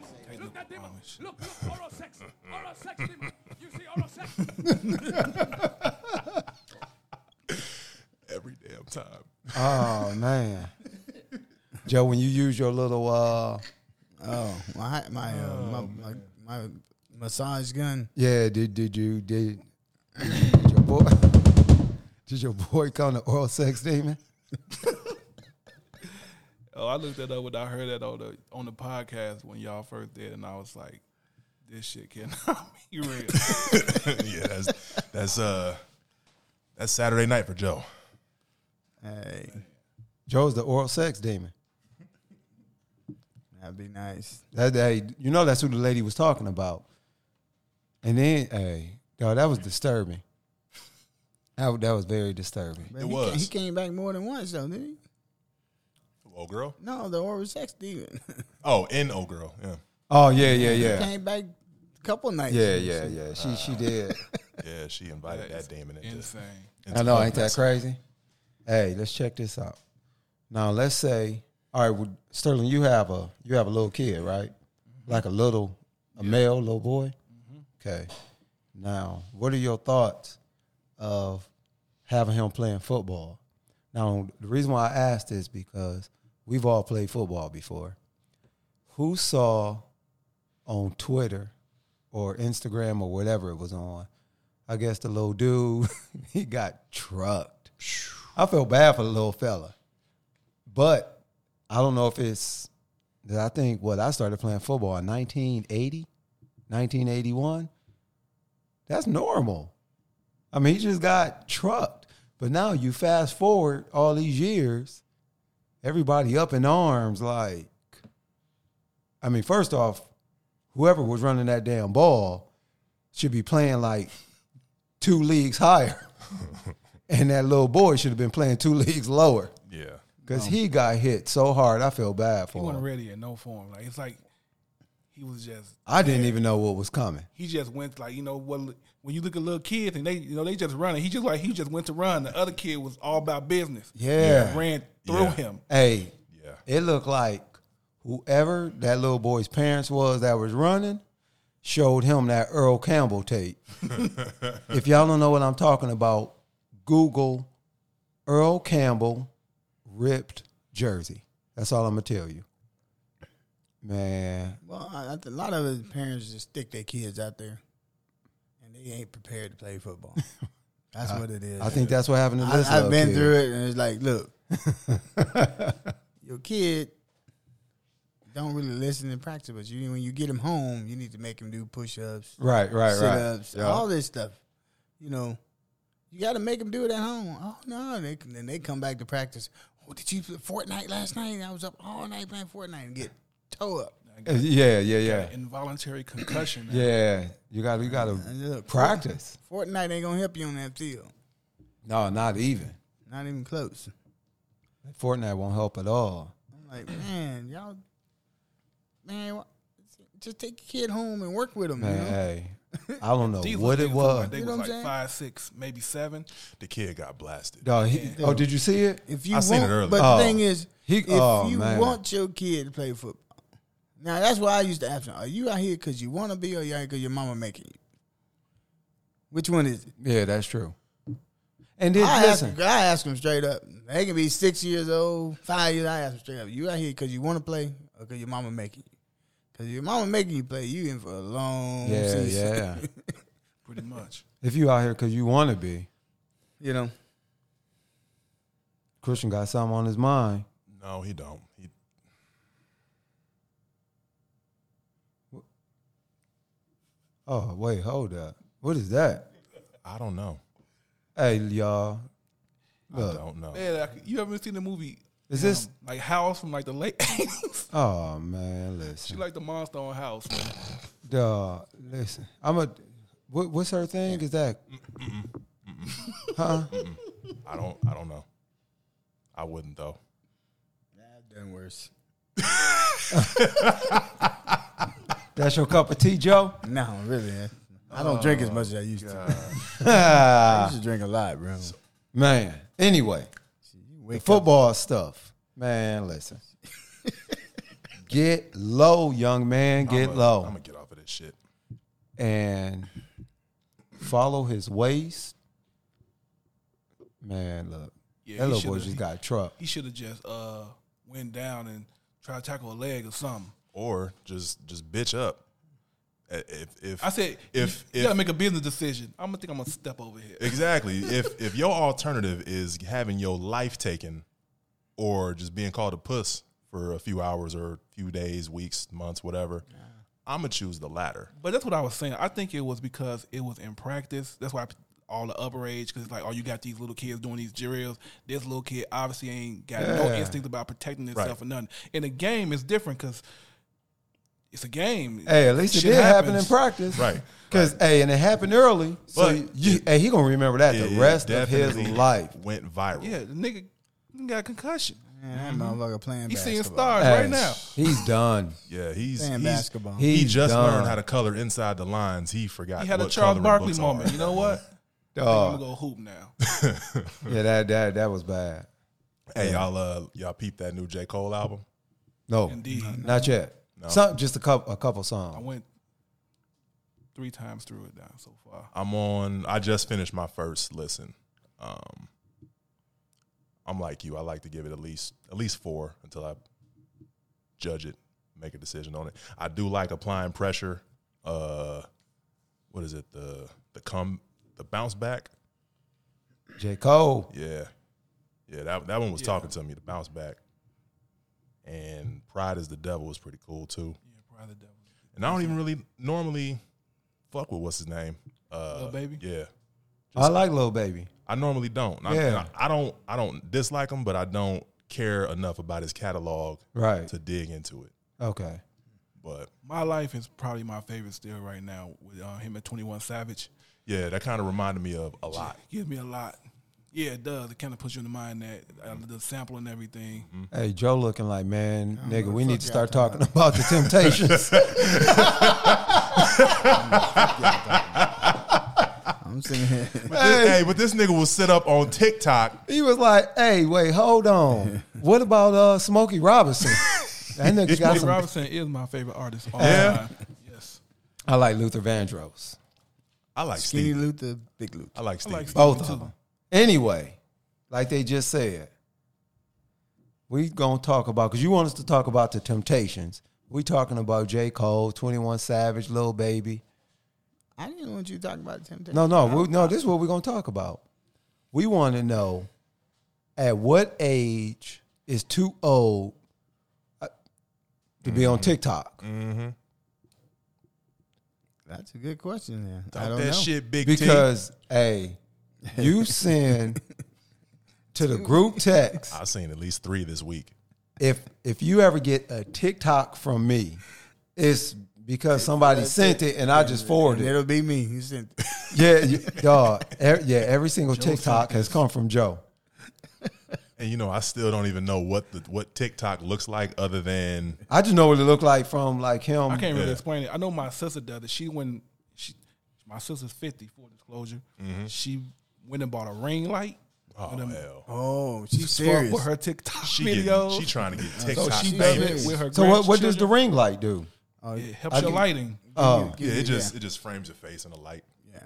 S6: Look at them. Look, look, oral sex. Oral sex. demon. You see oral sex?
S2: Every damn time. [LAUGHS]
S1: Oh man, Joe, when you use your little uh,
S4: Oh, my my uh, my, my my massage gun.
S1: yeah, did did you did, did your boy [LAUGHS] did your boy come to oral sex demon?
S5: Oh, I looked that up when I heard that on the on the podcast when y'all first did, and I was like, "This shit cannot [LAUGHS] be real."
S2: yeah, that's that's uh that's Saturday night for Joe.
S4: Hey,
S1: Joe's the oral sex demon.
S4: that'd be nice.
S1: That hey, you know that's who the lady was talking about. And then hey, dog, that was disturbing. That, wa- that was very disturbing.
S4: But
S2: It
S4: he, ca-
S2: was.
S4: He came back more than once though, didn't he?
S2: Old girl.
S4: No, the oral sex [LAUGHS] demon.
S2: Oh, in old girl. Yeah,
S1: Oh yeah, yeah,
S4: he
S1: yeah,
S4: came back a couple nights.
S1: yeah, yeah, yeah. She she did.
S2: yeah. She invited that demon into.
S5: Insane.
S2: into
S1: I know,
S2: the
S1: ain't that
S2: mess.
S1: crazy? Hey, let's check this out. Now, let's say, all right, well, Sterling, you have a you have a little kid, right? Like a little, a male little boy. Okay. Now, what are your thoughts of having him playing football? Now, the reason why I asked is because we've all played football before. Who saw on Twitter or Instagram or whatever it was on. I guess the little dude, [LAUGHS] he got trucked. I felt bad for the little fella. But I don't know if it's, I think, what, I started playing football in 1980, 1981. That's normal. I mean, he just got trucked. But now you fast forward all these years, everybody up in arms like, I mean, first off, whoever was running that damn ball should be playing like two leagues higher. [LAUGHS] and that little boy should have been playing two leagues lower
S2: Yeah.
S1: because he got hit so hard. I feel bad
S5: He
S1: for
S5: wasn't
S1: him.
S5: ready in no form. Like it's like he was just
S1: I didn't even know what was coming.
S5: he just went like you know what when you look at little kids and they you know they just running. He just like he just went to run. The other kid was all about business.
S1: Yeah.
S5: ran through
S2: Yeah.
S5: him.
S1: Hey,
S2: Yeah.
S1: it looked like whoever that little boy's parents was that was running showed him that Earl Campbell tape. if y'all don't know what I'm talking about, Google Earl Campbell ripped jersey. That's all I'm gonna tell you. Man,
S4: Well, I, I, think a lot of his parents just stick their kids out there, and they ain't prepared to
S1: [LAUGHS]
S4: play football. That's what it is.
S1: I think that's what happened to
S4: I,
S1: this.
S4: have
S1: little
S4: been
S1: kid.
S4: through it, and it's like, look,
S1: [LAUGHS]
S4: your kid don't really listen and practice, but you when you get him home, you need to make him do push ups,
S1: Right, right,
S4: sit
S1: right.
S4: ups,
S1: Yeah.
S4: uh, all this stuff. You know, you got to make them do it at home. Oh no, they then they come back to practice. Oh, did you play Fortnite last night? I was up all night playing Fortnite and get toe up.
S1: Uh, yeah, yeah, yeah,
S5: Involuntary concussion.
S1: yeah. You got, to you got
S4: And
S1: to
S4: look,
S1: practice.
S4: Fortnite ain't gonna help you on that field.
S1: No, not even.
S4: Not even close.
S1: Fortnite won't help at all.
S4: I'm like, man, y'all, man, wha- just take your kid home and work with him.
S1: Man,
S4: you know?
S1: hey, I don't know
S4: [LAUGHS]
S5: These
S1: what
S5: little
S1: it
S5: niggas look
S1: was.
S5: like They
S4: You know
S5: was
S4: what
S5: like
S4: I'm saying?
S5: five, six, maybe seven.
S2: The kid got blasted.
S1: Dog, he- oh, did you see it?
S4: If you
S2: I
S4: want,
S2: seen it earlier.
S4: but
S1: Oh.
S4: the thing is,
S1: He-
S4: if
S1: oh,
S4: you
S1: man.
S4: want your kid to play football, now that's why I used to ask them: Are you out here because you want to be, or you out here because your mama making you? Which one is it?
S1: Yeah, that's true. And then
S4: I ask,
S1: listen,
S4: I ask them straight up. They can be six years old, five years. I ask them straight up: You out here because you want to play, or because your mama making you? Because your mama making you play, you in for a long
S1: yeah,
S4: [LAUGHS] season.
S1: yeah. [LAUGHS]
S5: Pretty much.
S1: If you out here because you want to be,
S4: you know.
S1: Christian got something on his mind.
S2: No, he don't. He
S1: Oh wait, hold up. What is that?
S2: I don't know.
S1: Hey y'all,
S2: I
S1: look.
S2: don't know.
S5: Yeah, like, you ever seen the movie?
S1: Is this-
S5: um, like House from like the late [LAUGHS] eighties?
S1: Oh man,
S5: she
S1: listen,
S5: like the monster on House. man.
S1: Dawg, listen. I'm a. What, what's her thing? Is that? Huh?
S2: I don't I don't know. I wouldn't though.
S4: I've done worse.
S1: That's your cup of tea, Joe. [LAUGHS]
S4: No, really. eh. I don't drink as much as I used
S1: Oh,
S4: to. I used to drink a lot, bro.
S1: Man. Anyway, the football stuff. Man, listen. get low, young man. Get
S2: I'm
S1: low.
S2: gonna get off of this shit.
S1: and follow his ways. Man, look.
S5: Yeah,
S1: That
S5: he
S1: little boy
S5: shoulda-
S1: just got a truck.
S5: He should have just uh went down and tried to tackle a leg or something.
S2: or just just bitch up. Uh, If if
S5: I said,
S2: if
S5: if you,
S2: if
S5: gotta make a business decision, I'm gonna think I'm gonna step over here.
S2: exactly if if your alternative is having your life taken, or just being called a puss for a few hours or a few days, weeks, months, whatever, I'm gonna choose the latter.
S5: But that's what I was saying. I think it was because it was in practice. That's why all the upper age, because it's like, oh, you got these little kids doing these drills. This little kid obviously ain't got no instinct about protecting himself
S2: Right.
S5: or nothing. In a game, it's different because it's a game.
S1: Hey, at least it
S5: Shit
S1: did happen in
S5: happens.
S1: practice,
S2: Right,
S1: Because hey, and it happened early, so
S2: But-
S1: you, hey, he gonna remember that
S2: It
S1: the rest of his
S2: definitely
S1: life.
S2: went viral.
S5: Yeah, the nigga got a concussion.
S4: Man, that motherfucker playing
S5: He's
S4: basketball.
S5: seeing stars
S1: Hey,
S5: right now.
S1: he's
S5: [LAUGHS]
S1: done.
S2: Yeah, he's,
S4: Playing
S2: he's
S4: basketball.
S2: He
S1: He's
S2: just
S1: done.
S2: learned how to color inside the lines. He forgot.
S5: He had a
S2: what
S5: Charles
S2: coloring
S5: Barkley
S2: books are.
S5: moment. You
S1: [LAUGHS]
S5: know what? I'm
S1: Dog.
S5: gonna go hoop now.
S1: Oh, Yeah, that that that was bad.
S2: Hey, y'all, uh, y'all peep that new J Cole album?
S1: No,
S5: Indeed.
S1: not yet. Some just a couple a couple
S5: I
S1: songs.
S5: went three times through it now so far.
S2: I'm on. I just finished my first listen. Um, I'm like you. I like to give it at least at least four until I judge it, make a decision on it. I do like applying pressure. Uh, what is it? The the come the bounce back.
S1: J Cole.
S2: Yeah, yeah. That that one was talking to me. The bounce back. And pride is the devil was pretty cool too.
S5: Yeah, probably the devil.
S2: And I don't even really normally fuck with what's his name. Uh,
S5: Lil Baby?
S2: Yeah.
S1: I like Lil Baby.
S2: I normally don't. I,
S1: Yeah.
S2: I, I don't. I don't dislike him, but I don't care enough about his catalog
S1: Right.
S2: to dig into it.
S1: Okay.
S2: But
S5: My life is probably my favorite still right now with uh, him at 21 Savage.
S2: yeah, that kind of reminded me of a lot.
S5: Gives me a lot. Yeah, it does. It kind of puts you in the mind that uh, the sample and everything.
S2: Mm-hmm.
S1: Hey, Joe looking like, man, nigga, we need to
S4: fuck y'all
S1: start talking about the temptations.
S5: [LAUGHS]
S4: I'm
S2: [LAUGHS]
S4: sitting here.
S2: Hey. but this nigga will sit up on TikTok.
S1: he was like, hey, wait, hold
S5: [LAUGHS]
S1: on. What about uh Smokey Robinson? That nigga got
S5: Nick
S1: some
S5: Robinson is my favorite artist. All
S2: Yeah.
S5: yeah. Time. Yes.
S1: I like Luther Vandross.
S2: I like
S4: Skinny
S2: Steve.
S4: Luther, Big Luther.
S2: I like Steve.
S5: like Stevie.
S1: Both
S5: too.
S1: of them. Anyway, like they just said, we gonna talk about because you want us to talk about the Temptations. We talking about J. Cole, Twenty One Savage, Lil Baby.
S4: I didn't want you to talk about temptation.
S1: No, no, we, no. This is what we're gonna talk about. We want to know at what age is too old uh, to be on TikTok?
S4: That's a good question. There, I
S2: Talk
S4: don't
S2: that
S4: know.
S2: shit, big because
S1: Because hey, you send to the group text
S2: i I've seen at least three this week.
S1: if if you ever get a TikTok from me, it's because somebody sent it and I just forwarded
S4: [LAUGHS]
S1: it.
S4: It'll be me.
S2: [LAUGHS]
S4: You sent
S1: Yeah, you, dog. e- yeah, every single TikTok has come from Joe.
S2: And you know, I still don't even know what the what TikTok looks like other than
S1: I just know what it looked like from like him.
S5: I can't really
S2: Yeah.
S5: explain it. I know my sister does it. She went, she, my sister's 50, full disclosure. She went and bought a ring light.
S2: Mm-hmm. oh
S5: them-
S2: hell.
S4: Oh, she's
S5: For,
S4: serious.
S5: for her TikTok
S2: She getting,
S5: videos.
S2: she trying to get TikTok
S5: she does
S2: famous.
S5: it with her
S1: So what, what does the
S5: grandchildren.
S1: ring light do?
S5: It helps your lighting.
S1: Oh,
S2: Yeah, it just it just frames your face in the light.
S4: yeah.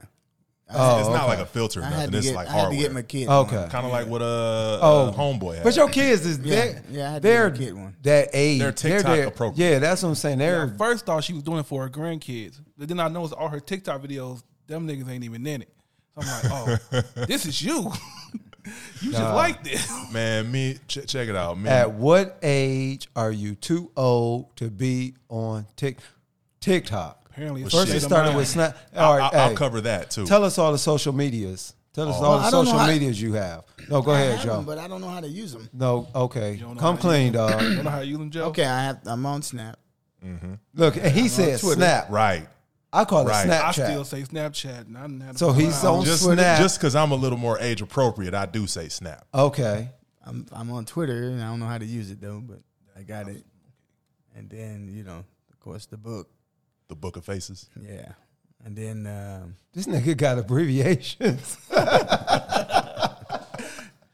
S2: it's not
S1: okay.
S2: like a filter. Or
S4: Oh, I
S2: nothing.
S4: had to
S2: It's
S4: get.
S2: like
S4: I had to
S2: hardware.
S4: get my kid.
S1: okay.
S2: Kind of like what uh,
S1: Oh.
S2: uh, homeboy had.
S1: But your kids is
S4: Yeah,
S1: that
S4: yeah, I had to
S1: they're
S4: get one.
S1: that age.
S2: They're TikTok
S1: there-
S2: appropriate.
S1: Yeah, that's what I'm saying.
S5: I
S1: They're
S5: first thought she was doing it for her grandkids, but then I noticed all her TikTok videos, them niggas ain't even in it. So I'm like,
S2: [LAUGHS]
S5: oh, this is you. [LAUGHS] you just like this.
S2: man, me ch- check it out, man.
S1: at what age are you too old to be on Tik TikTok?
S5: Apparently, it's
S1: First,
S5: shit
S1: it
S5: of
S1: started
S5: mine.
S1: with Snap.
S2: I,
S1: All right,
S2: I,
S1: hey,
S2: will cover that too.
S1: Tell us all the social medias. Tell us all
S4: Well,
S1: the
S4: I don't
S1: social
S4: know how-
S1: medias you have. No, go
S4: I
S1: ahead,
S4: have
S1: Joe.
S4: them, but I don't know how to use them.
S1: no, okay.
S5: don't know
S1: Come
S5: how
S1: clean, dog.
S5: Don't know how you them Joe.
S4: Okay, I have. I'm on Snap.
S1: Look, he said snap.
S2: right.
S1: I call it
S2: Right.
S5: I
S1: Snapchat.
S5: still say Snapchat. And I done had
S1: So
S5: to-
S1: he's on
S2: Just
S1: snap.
S2: just because I'm a little more age appropriate, I do say snap.
S1: okay.
S4: I'm I'm on Twitter, and I don't know how to use it though, but I got it. And then you know, of course, the book.
S2: The Book of Faces.
S4: Yeah, and then um,
S1: This nigga got abbreviations.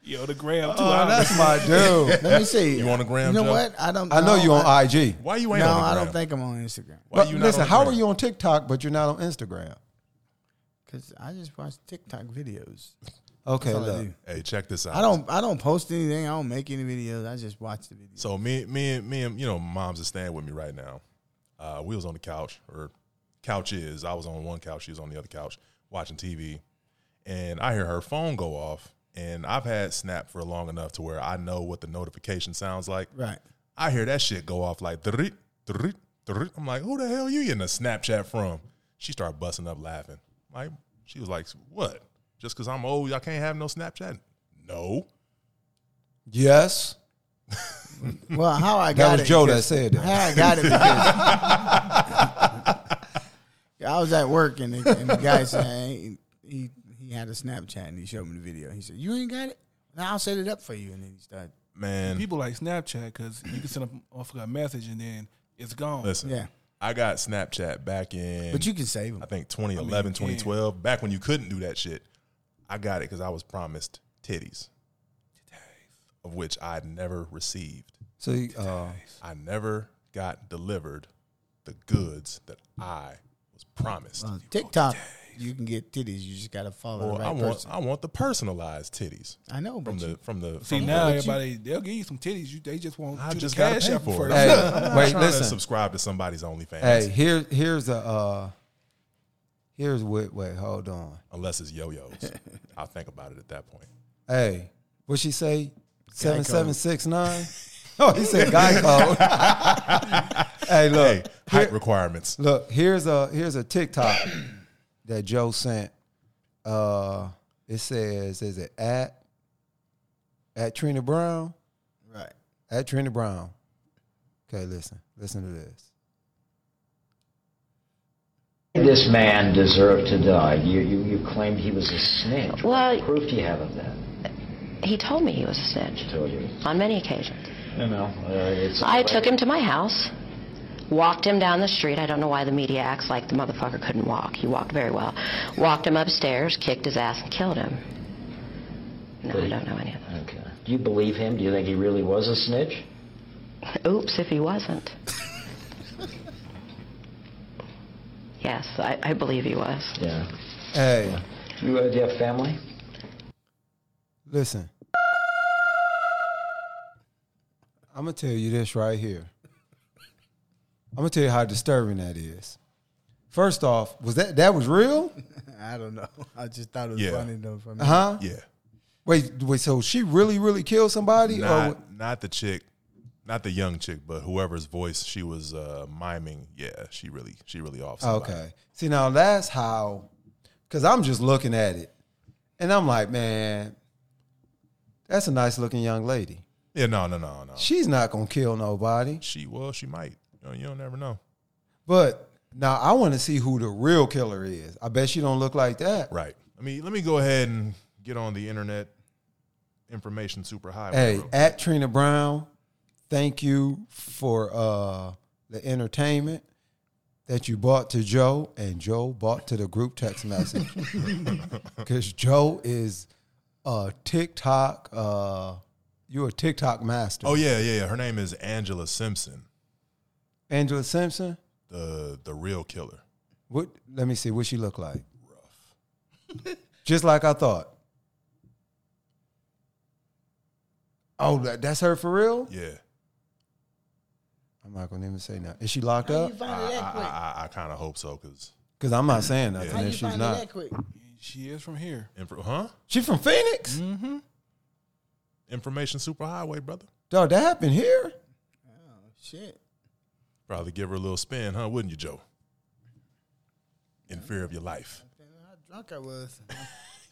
S5: yo the gram too.
S1: Oh,
S5: I
S1: that's my dude.
S4: let me see.
S2: You on the gram,
S4: You know
S2: Joe?
S4: what? I don't.
S1: I know
S4: no,
S1: you
S4: I-
S1: on IG.
S2: Why you ain't
S4: No,
S2: on the
S4: I
S2: gram?
S4: don't think I'm on Instagram
S2: Why
S1: But
S2: you not
S1: listen,
S2: on the
S1: how are
S2: gram?
S1: you on TikTok but you're not on Instagram?
S4: because I just watch TikTok videos.
S1: Okay,
S4: That's all I
S1: look.
S4: do.
S2: Hey, check this out.
S4: I don't I don't post anything. I don't make any videos. I just watch the videos.
S2: So me, me, and me, and you know, mom's is staying with me right now. Uh, we was on the couch, or couch is. I was on one couch, she was on the other couch, watching TV, and I hear her phone go off. And I've had Snap for long enough to where I know what the notification sounds like.
S4: Right.
S2: I hear that shit go off like "Drit, drit, drit." I'm like, who the hell you getting a Snapchat from? She started busting up laughing. Like she was like, what? Just because I'm old, y'all can't have no Snapchat? No.
S1: Yes.
S4: Well, how I got
S1: That was
S4: it,
S1: Joe that
S4: because-
S1: said that.
S4: How I got it because I was at work and the, and the guy said "Hey," he he had a Snapchat and he showed me the video. He said, "You ain't got it? Now I'll set it up for you." And then he started.
S2: Man,
S5: People like Snapchat because you can send a motherfucker a message and then it's gone.
S2: listen.
S4: Yeah,
S2: I got Snapchat back in,
S4: but you can save
S2: I
S4: them.
S2: think 2011, 2012, back when you couldn't do that shit. I got it because I was promised titties, of which I never received.
S1: So you- uh,
S2: I never got delivered the goods that I was promised.
S4: On TikTok, you can get titties. You just gotta follow
S2: Well,
S4: the
S2: I
S4: right
S2: want
S4: person.
S2: I want the personalized titties
S4: I know,
S2: from
S4: but you,
S2: the from the. From
S5: See
S2: the-
S5: now everybody they'll give you some titties. You, they just want
S2: I
S5: you
S2: just
S5: to
S2: gotta
S5: cash
S2: pay
S5: out
S2: for it.
S5: first.
S1: Hey,
S2: I'm
S1: wait,
S2: not trying
S1: listen.
S2: To subscribe to somebody's OnlyFans,
S1: hey, here here's a uh, here's what. Wait, hold on.
S2: unless it's yo-yos.
S4: [LAUGHS]
S2: I'll think about it at that point.
S1: Hey, what she say? Seven seven six nine. [LAUGHS] Oh, he said guy code. hey, look,
S2: Hey, height requirements.
S1: look. Here's a here's a TikTok [CLEARS THROAT] that Joe sent. Uh, it says, is it at at Trina Brown?
S4: right?
S1: At Trina Brown. Okay, listen, listen to this.
S7: This man deserved to die. You, you, you claimed he was a snitch.
S8: Well-
S7: what proof do you have of that?
S8: He told me he was a snitch
S7: I told you.
S8: on many occasions.
S7: You know, uh, it's.
S8: I took him to my house, walked him down the street. I don't know why the media acts like the motherfucker couldn't walk. He walked very well. Walked him upstairs, kicked his ass, and killed him. No, I don't know any of that.
S7: Okay. Do you believe him? Do you think he really was a snitch?
S8: Oops, if he wasn't. yes, I, I believe he was.
S7: Yeah.
S1: Hey,
S7: You, uh, do you have family?
S1: listen. I'm gonna tell you this right here. I'm gonna tell you how disturbing that is. First off, was that that was real?
S4: I don't know. [LAUGHS] I just thought it was
S2: Yeah.
S4: funny though. For me.
S1: Huh?
S2: Yeah.
S1: Wait, wait. So she really, really killed somebody?
S2: not,
S1: Or
S2: not the chick, not the young chick, but whoever's voice she was uh, miming. Yeah, she really, she really off. somebody.
S1: okay. See, now that's how. Because I'm just looking at it, and I'm like, man, that's a nice looking young lady.
S2: Yeah, no, no, no, no.
S1: She's not gonna kill nobody.
S2: She well, she might. You, know, you don't never know.
S1: But now I want to see who the real killer is. I bet she don't look like that.
S2: Right. I mean, let me go ahead and get on the internet information superhighway.
S1: Hey,
S2: real-
S1: at Trina Brown, thank you for uh, the entertainment that you brought to Joe, and Joe brought to the group text
S2: [LAUGHS]
S1: message because Joe is a TikTok. Uh, you're a TikTok master.
S2: oh yeah, yeah, yeah. Her name is Angela Simpson,
S1: Angela Simpson.
S2: the the real killer.
S1: What? Let me see. What she look like? Rough. Just like I thought. Oh, that, that's her for real.
S2: Yeah,
S1: I'm not gonna even say nothing. Is she locked
S4: How
S1: up?
S4: you find it
S2: I,
S4: that
S2: I,
S4: quick?
S2: I, I kind of hope so because
S1: Because I'm not saying nothing
S4: How you
S1: if she's
S4: find it
S1: not.
S4: that quick?
S5: She is from here.
S2: infor- huh?
S1: She from Phoenix?
S4: Mm-hmm.
S2: Information superhighway, brother.
S1: Dog, that happened here?
S4: Shit.
S2: Probably give her a little spin, huh? Wouldn't you, Joe? In fear of your life.
S4: Man, How drunk I
S1: [LAUGHS]
S4: was.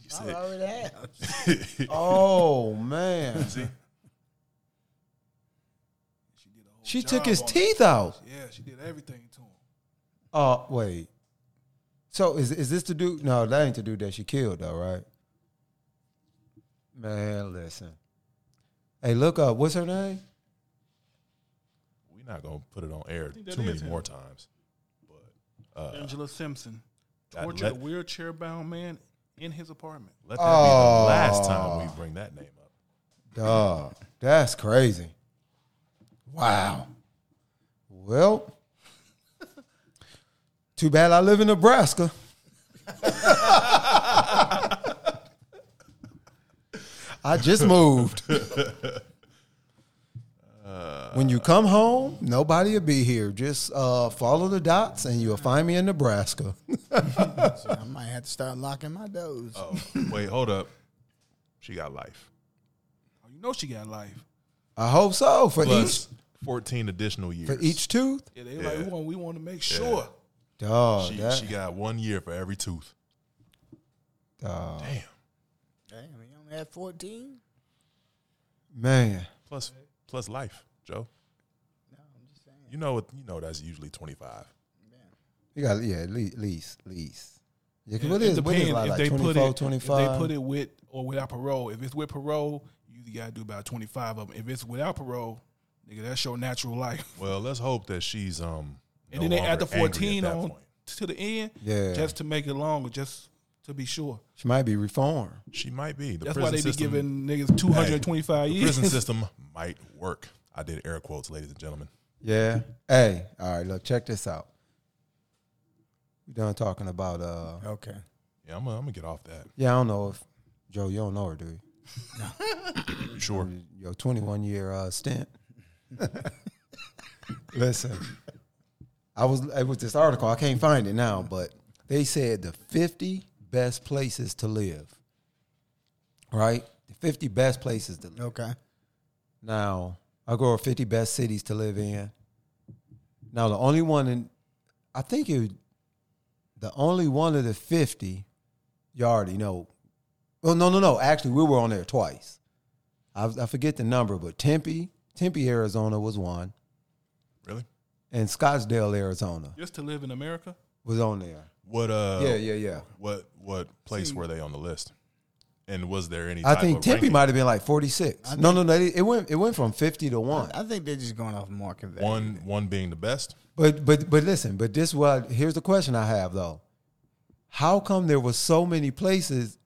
S2: You
S4: I
S2: said,
S4: already have. [LAUGHS]
S1: Oh man.
S5: She did a whole
S1: She
S5: job
S1: took his
S5: on
S1: teeth out.
S5: him. Yeah, she did everything to him.
S1: Oh, wait. So is is this the dude? No, that ain't the dude that she killed though, right? Man, listen. Hey, look up. What's her name?
S2: We're not gonna put it on air too many more times.
S5: Angela Simpson
S2: God,
S5: tortured
S2: let-
S5: a wheelchair bound man in his apartment.
S2: Let that
S5: Oh.
S2: be the last time we bring that name up.
S1: Dog, that's crazy. Wow. Well, too bad I live in Nebraska. I just moved. when you come home, nobody will be here. Just uh, follow the dots, and you'll find me in Nebraska.
S4: So I might have to start locking my doors.
S2: Oh, wait, hold up. She got life.
S5: You know she got life.
S1: I hope so for
S2: Plus 14 additional years.
S1: each for each tooth.
S5: Yeah, they like we want we want to make sure.
S1: Dog,
S2: She,
S1: that,
S2: she got one year for every tooth.
S1: dog.
S2: Damn.
S4: Damn, you only had fourteen.
S1: man.
S2: Plus, plus life, Joe. You know what? You know that's usually twenty five.
S1: You got yeah, least, least, least. Yeah, 'cause
S5: It-
S1: what
S5: it
S1: is what is
S5: depends
S1: like,
S5: if
S1: like
S5: they put
S1: 24,
S5: it- If they
S1: 25?
S5: put it with or without parole. If it's with parole, you got to do about twenty five of them. If it's without parole, nigga, that's your natural life. [LAUGHS]
S2: Well, let's hope that she's um. no
S5: And then they
S2: longer
S5: add the
S2: angry at
S5: fourteen
S2: that
S5: on
S2: point.
S5: to the end,
S1: Yeah.
S5: just to make it longer, just to be sure.
S1: she might be reformed.
S2: She might be. The
S5: That's
S2: prison
S5: why they
S2: system,
S5: be giving niggas two hundred and twenty five
S2: the
S5: [LAUGHS] years.
S2: Prison system might work. I did air quotes, ladies and gentlemen.
S1: Yeah. [LAUGHS] Hey, all right, look, check this out. We done talking about uh
S4: Okay.
S2: Yeah, I'm gonna, I'm gonna get off that.
S1: yeah, I don't know if Joe, you don't know her, do you?
S2: You sure?
S1: Your twenty one year uh stint. [LAUGHS] Listen. I was it was this article, I can't find it now, but they said the fifty best places to live. Right? The fifty best places to live.
S4: Okay.
S1: Now, I go over 50 best cities to live in. Now, the only one in, I think it, the only one of the 50, you already know. Well, no, no, no. Actually, we were on there twice. I, I forget the number, but Tempe, Tempe, Arizona was one,
S2: Really?
S1: and Scottsdale, Arizona
S5: just to live
S2: [LAUGHS]
S5: in America.
S1: was on there.
S2: What? Uh.
S1: yeah, yeah, yeah.
S2: What? What place were they on the list? And was there any?
S1: I
S2: type
S1: think
S2: of
S1: Tempe
S2: ranking?
S1: might have been like 46. no, no, no. It, it went it went from 50 to 1.
S4: I think they're just going off market value.
S2: one. One being the best.
S1: But but but listen, but this what here's the question I have though. How come there was so many places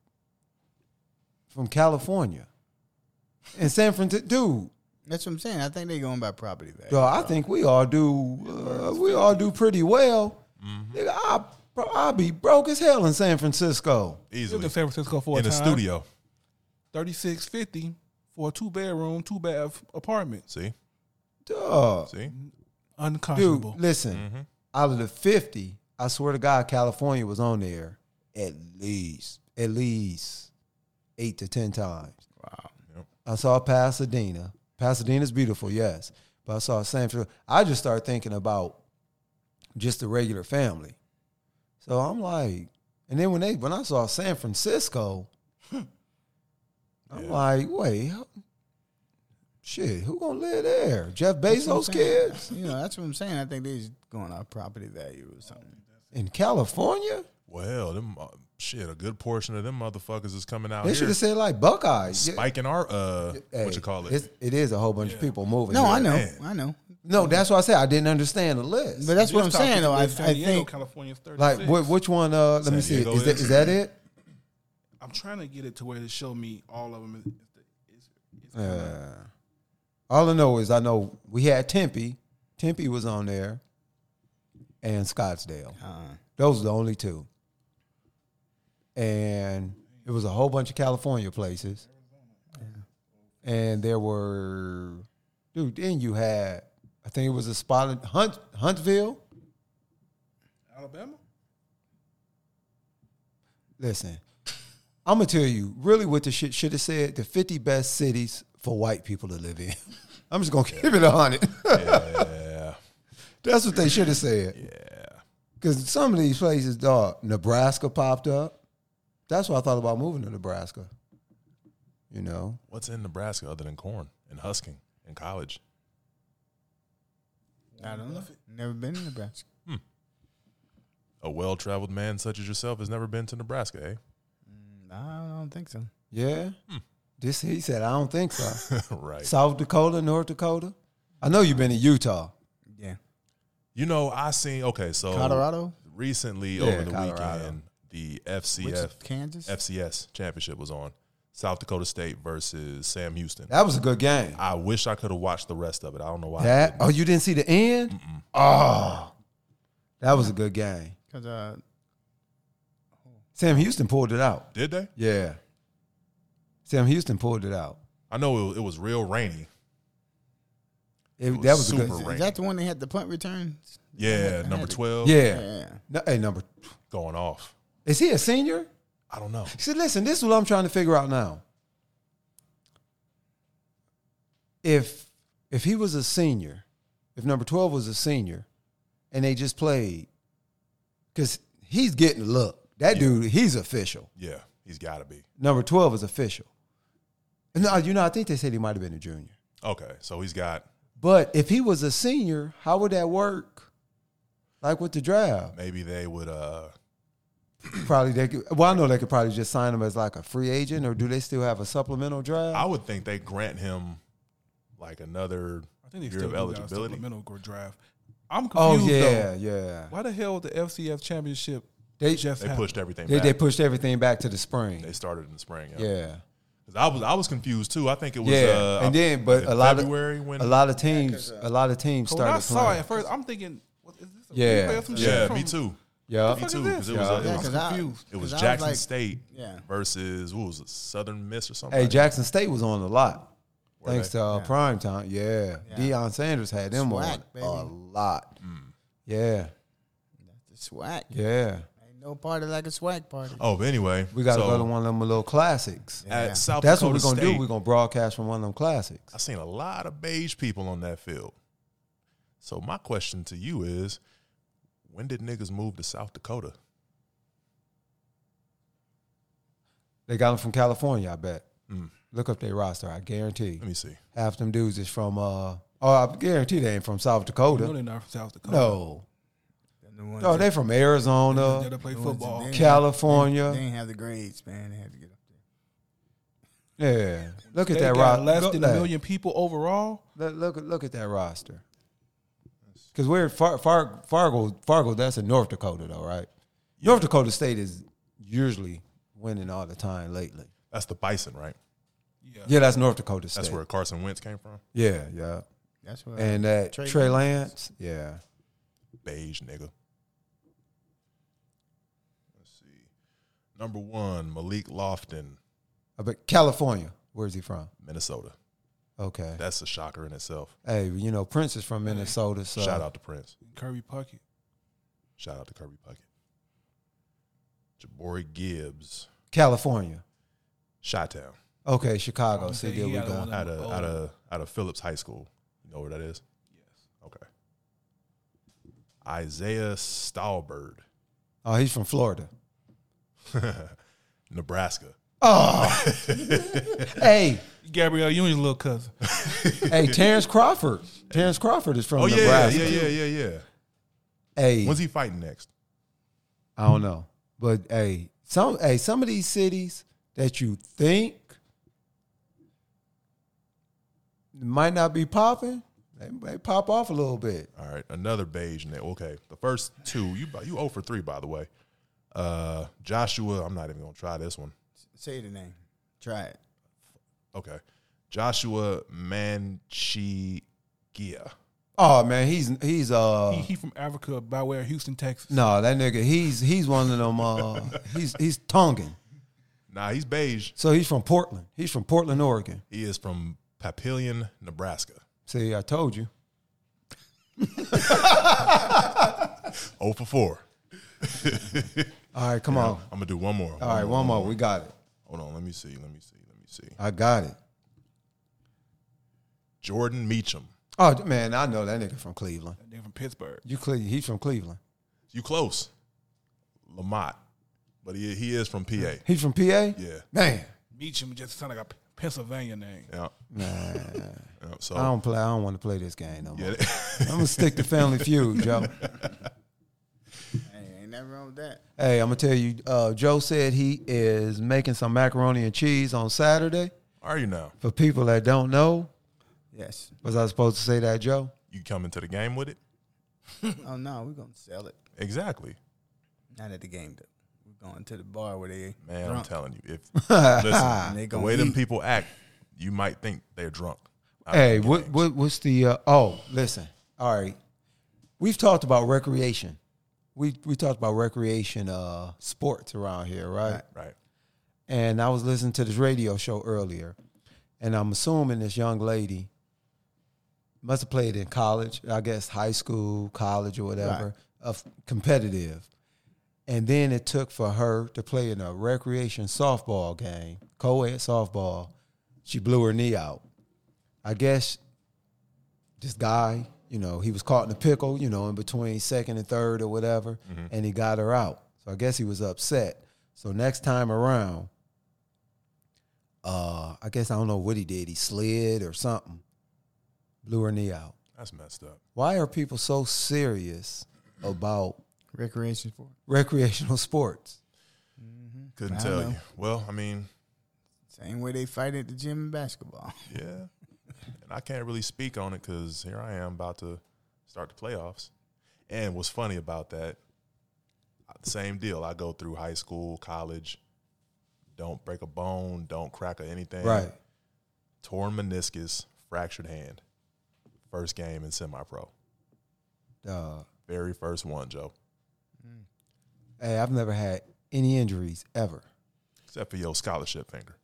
S1: from California and San Francisco? Dude,
S4: That's what I'm saying. I think they're going by property value.
S1: yo, I think we all do uh, we all do pretty well. Nigga, I bro, I be broke as hell in San Francisco.
S2: Easily
S5: Lived in San Francisco for
S2: in
S5: a
S2: the
S5: time.
S2: studio.
S5: thirty six fifty for a two bedroom, two bath apartment.
S2: See,
S1: Duh.
S2: see,
S1: Dude,
S5: Unconscionable.
S1: listen, out of the 50, I swear to God, California was on there at least, at least eight to 10 times. Wow. I saw Pasadena. Pasadena's beautiful, yes. But I saw San Francisco. I just started thinking about just the regular family. So I'm like, and then when they when I saw San Francisco, hmm, I'm like, wait, how- shit, who gonna live there? Jeff Bezos' kids?
S4: You know, that's what I'm saying. I think they're just going off property value or something.
S1: In California?
S2: well, them uh, shit. A good portion of them motherfuckers is coming out
S1: They should
S2: Oh, here
S1: have said like Buckeyes. Yeah,
S2: spiking our uh,
S1: hey,
S2: what you call it?
S1: it's- It is a whole bunch of people moving.
S4: No,
S1: here.
S4: I know.
S2: man.
S4: I know.
S1: No, that's why I said I didn't understand the list.
S4: But that's what I'm saying, though. I, I
S5: San Diego,
S4: think.
S5: California's thirty
S1: like,
S5: six.
S1: wh- which one? Uh, let me see.
S2: Diego
S1: Is that,
S2: is.
S1: is that it?
S5: I'm trying to get it to where they show me all of them. It's, it's,
S1: Uh, all I know is I know we had Tempe. Tempe was on there, and Scottsdale.
S4: Uh,
S1: Those are the only two. And it was a whole bunch of California places. And there were, dude, then you had, I think it was a spot in Hunt, Huntsville.
S5: Alabama.
S1: Listen, I'm going to tell you really what the shit should have said the 50 best cities for white people to live in. [LAUGHS] I'm just going to keep it 100.
S2: yeah,
S1: [LAUGHS] That's what they should have said.
S2: yeah.
S1: Because some of these places, dog, Nebraska popped up. That's why I thought about moving to Nebraska. You know,
S2: What's in Nebraska other than corn and husking and college?
S4: I don't know. Never been in Nebraska.
S2: A well-traveled man such as yourself has never been to Nebraska, eh? [LAUGHS]
S4: I don't think so.
S1: Yeah.
S2: Hmm.
S1: This he said, I don't think
S2: [LAUGHS]
S1: so.
S2: right.
S1: South Dakota, North Dakota. I know you've been in Utah.
S4: Yeah.
S2: You know, I seen okay, so
S4: Colorado?
S2: recently
S1: Yeah,
S2: over the
S1: Colorado.
S2: weekend, the
S4: Which is
S2: FCF
S4: Kansas?
S2: FCS championship was on. South Dakota State versus Sam Houston.
S1: That was a good game.
S2: I wish I could have watched the rest of it. I don't know why. I
S1: That
S2: didn't.
S1: oh, you didn't see the end? Oh. That was a good game.
S4: Because uh,
S1: Sam Houston pulled it out.
S2: Did they?
S1: Yeah. Sam Houston pulled it out.
S2: I know it was, it was real rainy.
S1: It-
S2: was
S1: that was a
S2: super
S1: good.
S2: rain.
S4: Is that the one that had the punt returns?
S2: Yeah, number twelve.
S1: Yeah.
S4: Yeah.
S1: No, hey, number.
S2: going off.
S1: Is he a senior?
S2: I don't know.
S1: He said, listen, this is what I'm trying to figure out now. If if he was a senior, if number 12 was a senior, and they just played, because he's getting a look. That dude, he's official.
S2: Yeah, he's got to be.
S1: Number 12 is official. No, you know, I think they said he might have been a junior.
S2: Okay, so he's got
S1: But if he was a senior, how would that work? Like with the draft,
S2: maybe they would uh
S1: probably they could. Well, I know they could probably just sign him as like a free agent, or do they still have a supplemental draft?
S2: I would think they grant him like another
S5: I think they
S2: year
S5: still
S2: of
S5: do got a
S2: eligibility.
S5: supplemental gr- draft. I'm
S1: Oh
S5: confused
S1: yeah,
S5: though.
S1: yeah.
S5: Why the hell the FCF championship?
S1: They
S5: just
S2: They
S5: happened?
S2: pushed everything
S1: they,
S2: back.
S1: they
S2: They,
S1: pushed everything back to the spring.
S2: started in the spring. Yeah.
S1: yeah,
S2: 'Cause I was I was confused too. I think it was
S1: yeah.
S2: uh,
S1: and then, but
S2: in
S1: a lot
S2: February
S1: of
S2: when
S1: a lot of teams, a lot of teams
S5: When I
S1: started
S5: saw it
S1: playing.
S5: at first, I'm thinking, what, is this a
S1: Yeah.
S5: replay or some
S2: yeah,
S5: shit
S2: me
S5: from-
S2: too.
S1: Yeah,
S2: Me
S5: fuck
S2: too.
S5: is this?
S2: 'cause It was, uh,
S1: Yeah.
S2: it
S4: Yeah,
S2: was,
S4: because I
S5: confused.
S2: it was
S4: I was
S2: Jackson
S4: like-
S2: State
S4: Yeah.
S2: versus what was it, Southern Miss or something.
S1: Hey, Jackson State was on a lot. Thanks
S2: they?
S1: to uh, prime time. Yeah. Deion Sanders had them
S4: Swag,
S1: on
S4: baby.
S1: a lot. Yeah.
S4: Swag.
S1: Yeah.
S4: Ain't no party like a swag party.
S2: Oh, but anyway,
S1: We got to
S2: so
S1: go to one of them little classics.
S2: at South
S1: That's what
S2: Dakota
S1: we're going to
S2: State,
S1: do. We're going to broadcast from one of them classics.
S2: I seen a lot of beige people on that field. So my question to you is, when did niggas move to South Dakota?
S1: They got them from California, I bet. Look up their roster. I guarantee.
S2: Hmm, Let me see.
S1: Half them dudes is from, uh, oh, I guarantee they ain't from South Dakota.
S5: No, they're not from South Dakota.
S1: no.
S4: The ones
S1: No,
S4: that-
S1: they from Arizona.
S5: They don't play
S4: the ones that
S5: football.
S4: didn't have-
S1: California.
S4: They didn't have the grades, man. They had to get up there.
S1: Yeah. Look at
S5: They
S1: that
S5: got
S1: roster.
S5: less than a million people overall.
S1: Look, look, look at that roster. Because we're Far, Far, Fargo. Fargo, that's in North Dakota, though, right? North Dakota State is usually winning all the time lately.
S2: That's the Bison, right?
S1: Yeah, that's North Dakota State.
S2: That's where Uh, Carson Wentz came from.
S1: Yeah, yeah.
S4: That's what.
S1: And that Trey,
S4: Trey
S1: Lance. Yeah.
S2: Beige nigga. Let's see. Number one, Malik Lofton,
S1: I bet Uh, California. Where's he from?
S2: Minnesota.
S1: Okay.
S2: That's a shocker in itself.
S1: hey, you know Prince is from Minnesota, so
S2: Shout out to Prince.
S5: Kirby Puckett.
S2: Shout out to Kirby Puckett. Jabari Gibbs,
S1: California.
S2: Chi Town,
S1: Okay,
S2: Oh,
S1: Chicago. See,
S5: saying
S1: there
S5: he
S1: we
S5: got
S1: go.
S5: one
S2: out of
S5: Oh.
S2: out of out of Phillips High School. You know where that is? Yes. Okay. Isaiah Staubird,
S1: Oh, he's from
S2: [LAUGHS]
S1: Florida.
S2: Nebraska.
S1: Oh! hey,
S5: Gabrielle Union's little cousin.
S1: hey, Terrence Crawford. Terrence Crawford is from
S2: Oh yeah,
S1: Nebraska.
S2: yeah, yeah, yeah, yeah.
S1: Hey,
S2: When's he fighting next?
S1: I don't know. But hey, some hey, some of these cities that you think might not be popping, they, they pop off a little bit.
S2: All right, another beige name. Okay, the first two you you zero for three by the way. Uh, Joshua, I'm not even gonna try this one.
S4: say the name. Try it.
S2: Okay, Joshua Manchigia.
S1: Oh man, he's he's uh
S5: he, he from Africa, by way of Houston, Texas.
S1: no that nigga he's he's one of them
S5: [LAUGHS]
S1: uh he's he's Tongan,
S2: Nah, he's beige.
S1: so he's from Portland. He's from Portland, Oregon.
S2: He is from Papillion, Nebraska.
S1: See, I told you.
S2: Oh for four.
S1: All right, come on.
S2: I'm gonna do one more. All
S1: All right, one more. We got it.
S2: Hold on. Let me see. Let me see. Let me see.
S1: I got it.
S2: Jordan Meacham.
S1: Oh man, I know that nigga from Cleveland.
S5: They're from Pittsburgh.
S1: You Cle- he's from Cleveland.
S2: You close. Lamont, but he he is from PA.
S1: He's from PA.
S2: Yeah.
S1: man.
S5: Meacham just sound like a Pennsylvania name.
S2: Yeah. Yeah, so
S1: I don't play. I don't want to play this game no more.
S2: Yeah. [LAUGHS]
S1: I'm gonna stick to Family Feud, Joe.
S4: Hey, ain't nothing wrong with that.
S1: Hey, I'm gonna tell you. Uh, Joe said he is making some macaroni and cheese on Saturday.
S2: Are you now?
S1: For people that don't know,
S4: Yes.
S1: was I supposed to say that, Joe?
S2: You coming to the game with it?
S4: oh no, we're gonna sell it.
S2: Exactly.
S4: Not at the game though. We're going to the bar where they
S2: Man, I'm
S4: drunk.
S2: telling you, if listen,
S4: And they
S2: the
S4: gonna
S2: way them
S4: eat.
S2: people act, you might think they're drunk. I
S1: Hey,
S2: don't
S1: what,
S2: get
S1: what what's the? Uh, oh, listen. All right, we've talked about recreation. We we talked about recreation uh, sports around here, right?
S2: it. right?
S1: and I was listening to this radio show earlier, and I'm assuming this young lady must have played in college, I guess high school, college, or whatever, of competitive. And then it took for her to play in a recreation softball game, co ed softball. She blew her knee out. I guess this guy, you know, he was caught in a pickle, you know, in between second and third or whatever, and he got her out. So I guess he was upset. So next time around, uh, I guess I don't know what he did. He slid or something, blew her knee out.
S2: That's messed up.
S1: Why are people so serious about
S4: Recreation for
S1: recreational sports?
S2: Couldn't
S4: I
S2: tell
S4: know.
S2: you. Well, I mean,
S4: same way they fight at the gym in basketball. [LAUGHS]
S2: yeah. and I can't really speak on it because here I am about to start the playoffs. And what's funny about that, uh, same deal. I go through high school, college, don't break a bone, don't crack or anything.
S1: Right.
S2: Torn meniscus, fractured hand. First game in semi pro.
S1: Uh,
S2: Very first one, Joe.
S1: hey, I've never had any injuries ever.
S2: Except for your scholarship finger.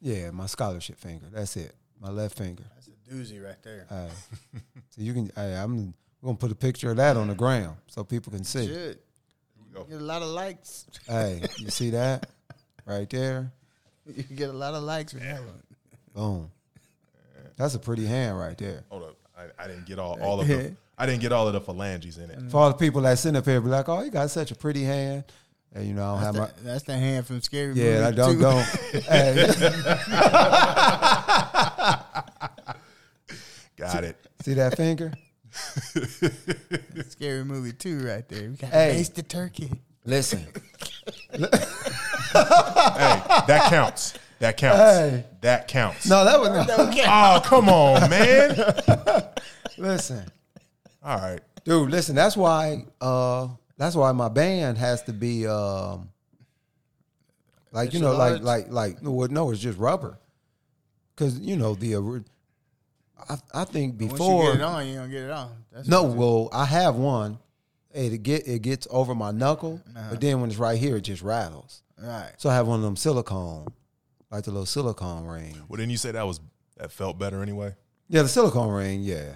S1: Yeah, my scholarship finger. That's it. My left finger.
S4: That's a doozy right there.
S1: All right. so you can. Hey, I'm we're gonna put a picture of that on the ground so people can see.
S4: Should.
S2: go.
S4: Get a lot of likes. [LAUGHS]
S1: Hey, you see that right there?
S4: You get a lot of likes for that one.
S1: Boom. That's a pretty hand right there.
S2: Hold up. I, I didn't get all, all
S1: [LAUGHS]
S2: of the I didn't get all of the phalanges in it.
S1: For all the people that sit up here, and be like, "Oh, you got such a pretty hand," and you know, I don't have
S4: That's,
S1: my
S4: the, that's the hand from Scary
S1: [LAUGHS]
S4: Movie.
S1: yeah, I don't
S4: too.
S1: don't.
S4: [LAUGHS]
S1: hey, [LAUGHS]
S2: Got it.
S1: see that finger?
S4: Scary Movie too, right there. We got
S1: Hey.
S4: to the turkey. [LAUGHS]
S1: Listen,
S2: That counts. That counts.
S1: Hey.
S2: That counts.
S1: no, that was not.
S4: [LAUGHS]
S2: Oh, come on, man.
S1: Listen,
S2: All right.
S1: dude, listen. That's why. Uh, that's why my band has to be um, like you know, like
S4: Martial
S1: like like no, well, no, it's just rubber. Because you know the, ori- I I think
S4: Once
S1: before
S4: you get it on, you don't get it off. That's
S1: No,
S4: what it
S1: well, I have one. It get it gets over my knuckle, but then when it's right here, it just rattles.
S4: is. right.
S1: So I have one of them silicone, like the little silicone ring.
S2: Well, didn't you say that was that felt better anyway?
S1: Yeah, the silicone ring. Yeah,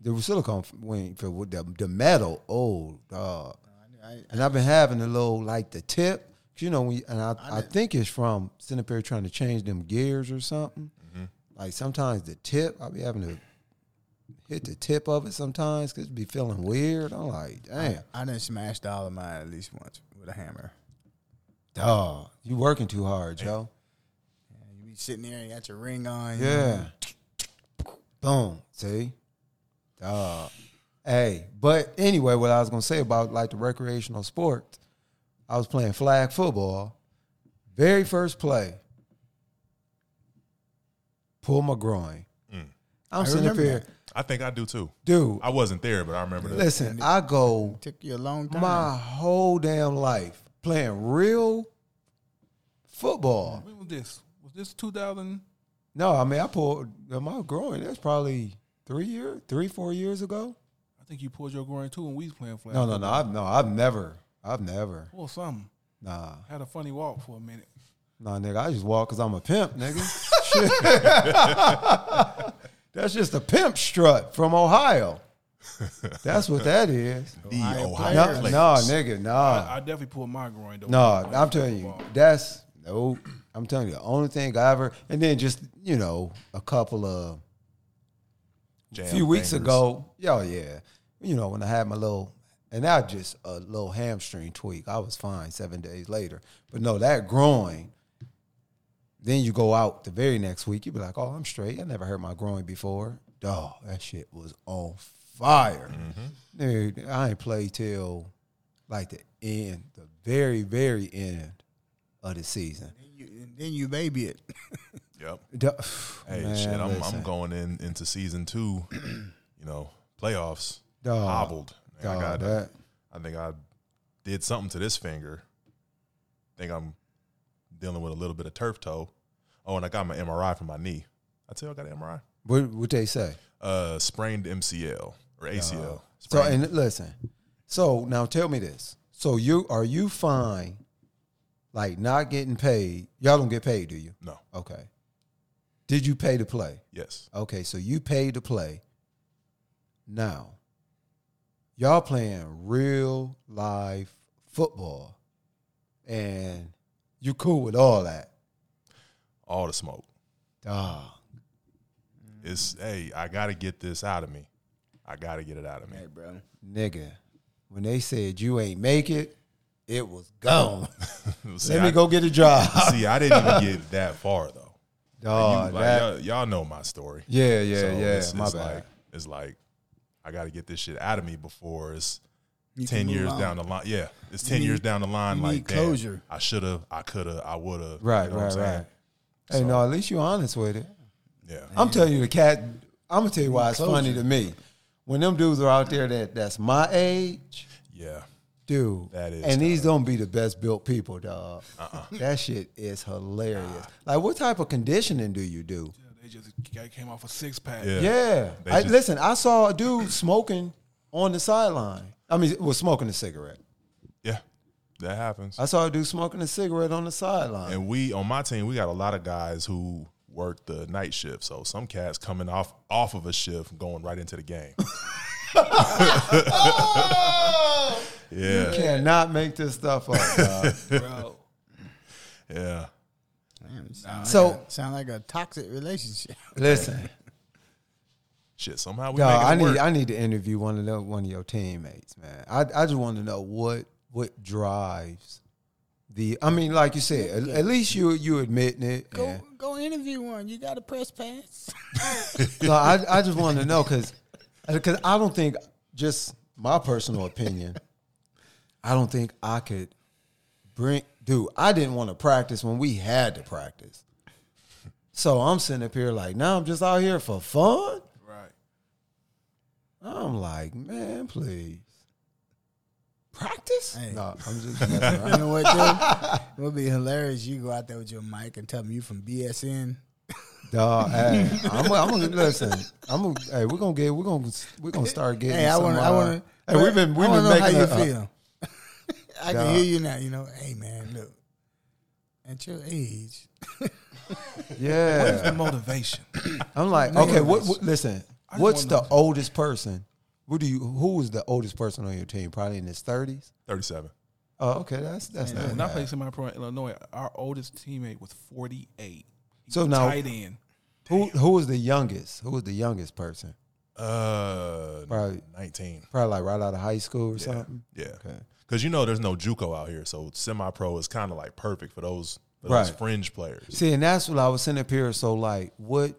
S1: the silicone f- ring for with the the metal. Oh, dog.
S4: I-
S1: And I've been having a little like the tip. 'Cause You know, when you- and I, I, think it's from sitting up here trying to change them gears or something. Like sometimes the tip, I'll be having to hit the tip of it sometimes because it be feeling weird. I'm like, damn.
S4: I done smashed all of mine at least once with a hammer.
S1: Dog, you working too hard, Joe.
S4: You be sitting there and you got your ring on. you
S1: Yeah. Boom. See? Dog. Hey, but anyway, what I was gonna say about like the recreational sports, I was playing flag football. Very first play, pull my groin. I'm sitting up
S4: remember
S1: here,
S4: that.
S2: I think I do too.
S1: dude.
S2: Mm. I wasn't there, but I remember that.
S1: listen, I go
S4: Took you a long time.
S1: my whole damn life playing real football.
S5: When was this? Was this 2000?
S1: No, I mean I pulled my groin. That's probably three year, three four years ago.
S5: I think you pulled your groin too when we was playing flag.
S1: No, no, no. I've no, I've never, I've never.
S5: Pull something.
S1: Nah,
S5: Had a funny walk for a minute.
S1: nah, nigga. I just walk because I'm a pimp, nigga. [LAUGHS] Shit. That's just a pimp strut from Ohio. That's what that is.
S2: The Ohio
S1: No,
S2: Players.
S1: no, nigga,
S5: I
S1: nah,
S5: definitely pulled my groin though.
S1: no. I'm telling you, that's no. I'm telling you, the only thing I ever, and then just you know, a couple of
S2: Jam
S1: a few weeks
S2: fingers.
S1: ago, yo, yeah, you know, when I had my little, and I just a little hamstring tweak, I was fine seven days later. But no, that groin, then you go out the very next week, you be like, oh, I'm straight. I never hurt my groin before. Dog, that shit was on fire.
S2: Mm-hmm.
S1: Dude, I ain't played till like the end, the very, very end of the season.
S4: You- and then you baby it.
S2: Yep.
S1: Duh, [SIGHS]
S2: Hey,
S1: man,
S2: shit. I'm, I'm
S1: listen.
S2: going in into season two. [CLEARS THROAT] You know, playoffs.
S1: Dog.
S2: Hobbled. Man, I
S1: Dog,
S2: got
S1: Oh, that.
S2: I think I did something to this finger. think I'm dealing with a little bit of turf toe. Oh, and I got my MRI for my knee. I tell you, I got an MRI.
S1: What what they say?
S2: Uh, sprained MCL or ACL.
S1: Uh-huh. So
S2: Sprained.
S1: and listen, so now tell me this. So you are you fine? like not getting paid. Y'all don't get paid, do you?
S2: No.
S1: Okay. Did you pay to play?
S2: Yes.
S1: Okay, so you paid to play. Now, y'all playing real life football, and you cool with all that.
S2: All the smoke.
S1: Dog.
S2: It's hey, I gotta get this out of me. I gotta get it out of me.
S4: bro.
S1: nigga, when they said you ain't make it, it was gone.
S2: [LAUGHS] See,
S1: Let me
S2: I-
S1: go get a job.
S2: [LAUGHS] See, I didn't even get that far though.
S1: Dog,
S2: You-
S1: [LAUGHS]
S2: like,
S1: that-
S2: y'all, y'all know my story.
S1: yeah, yeah,
S2: So
S1: yeah.
S2: It's,
S1: my
S2: it's
S1: bad.
S2: like it's like I got to get this shit out of me before it's
S4: You can
S2: ten
S4: move
S2: years
S4: on.
S2: down the line. Yeah, it's ten
S4: need-
S2: years down the line.
S4: you
S2: like
S4: need
S2: damn,
S4: closure.
S2: I should have. I could have. I would have.
S1: right,
S2: you know
S1: right,
S2: what I'm
S1: right.
S2: saying?
S1: Hey, no, at least you're honest with it.
S2: Yeah,
S1: I'm telling you, the cat. I'm gonna tell you why it's funny to me. When them dudes are out there that that's my age,
S2: yeah.
S1: dude,
S2: That is Uh-uh.
S1: and these don't be the best built people, dog. [LAUGHS] That shit is hilarious. Like, what type of conditioning do you do?
S5: They just guy came off a six pack.
S2: Yeah.
S1: Yeah.
S2: They
S1: I,
S2: just-
S1: listen, I saw a dude smoking on the sideline. I mean, was smoking a cigarette.
S2: Yeah, that happens.
S1: I saw a dude smoking a cigarette on the sideline.
S2: And we on my team, we got a lot of guys who work the night shift. So some cats coming off off of a shift, going right into the game. [LAUGHS] yeah,
S1: Cannot make this stuff up.
S2: [LAUGHS]
S1: dog.
S2: yeah.
S4: Damn, sound
S1: So-
S4: like a, sound like a toxic relationship. [LAUGHS]
S1: Listen,
S2: Shit, somehow we
S1: dog,
S2: making it
S1: I need
S2: work.
S1: I need to interview one of them, one of your teammates, man. I I just want to know what what drives the. I mean, like you said, at, at least you you admitting it.
S4: Go
S1: and-
S4: go interview one. You got a press [LAUGHS] pass.
S1: No, I, I just want to know because because I don't think just my personal opinion. I don't think I could bring dude. I didn't want to practice when we had to practice. So I'm sitting up here like now I'm just out here for fun.
S5: Right.
S1: I'm like, man, please. Practice?
S4: Hey.
S1: No, I'm just [LAUGHS] messing around.
S4: You know what, dude? It would be hilarious. You go out there with your mic and tell me you from BSN.
S1: Dog, hey, I'm, I'm gonna listen. I'm gonna, hey, we're gonna get, we're gonna, we're gonna start getting.
S4: Hey, I
S1: some,
S4: want to. I
S1: uh,
S4: want to.
S1: Hey, we've been, we've
S4: I
S1: been
S4: wanna know
S1: making.
S4: how
S1: a-
S4: you
S1: a-
S4: feel. [LAUGHS] I
S1: Dog.
S4: can hear you now. You know, hey man, look. At your age,
S1: yeah. [LAUGHS]
S5: Motivation.
S1: I'm like, okay, what, what- listen, what's the oldest person? What do you? Who is the oldest person on your team? Probably in his thirties.
S2: Thirty-seven.
S1: Oh, okay, that's that's not
S5: When I
S1: bad.
S5: played semi-pro in Illinois, our oldest teammate was 48. He
S1: So
S5: was
S1: now-
S5: tight end.
S1: Who who was the youngest? Who was the youngest person?
S2: Uh,
S1: Probably.
S2: nineteen.
S1: Probably like right out of high school or something.
S2: Yeah,
S1: Okay.
S2: because you know there's no JUCO out here, so semi-pro is kind of like perfect for those for those
S1: Right.
S2: fringe players.
S1: See, and that's what I was sitting up here. So, like, what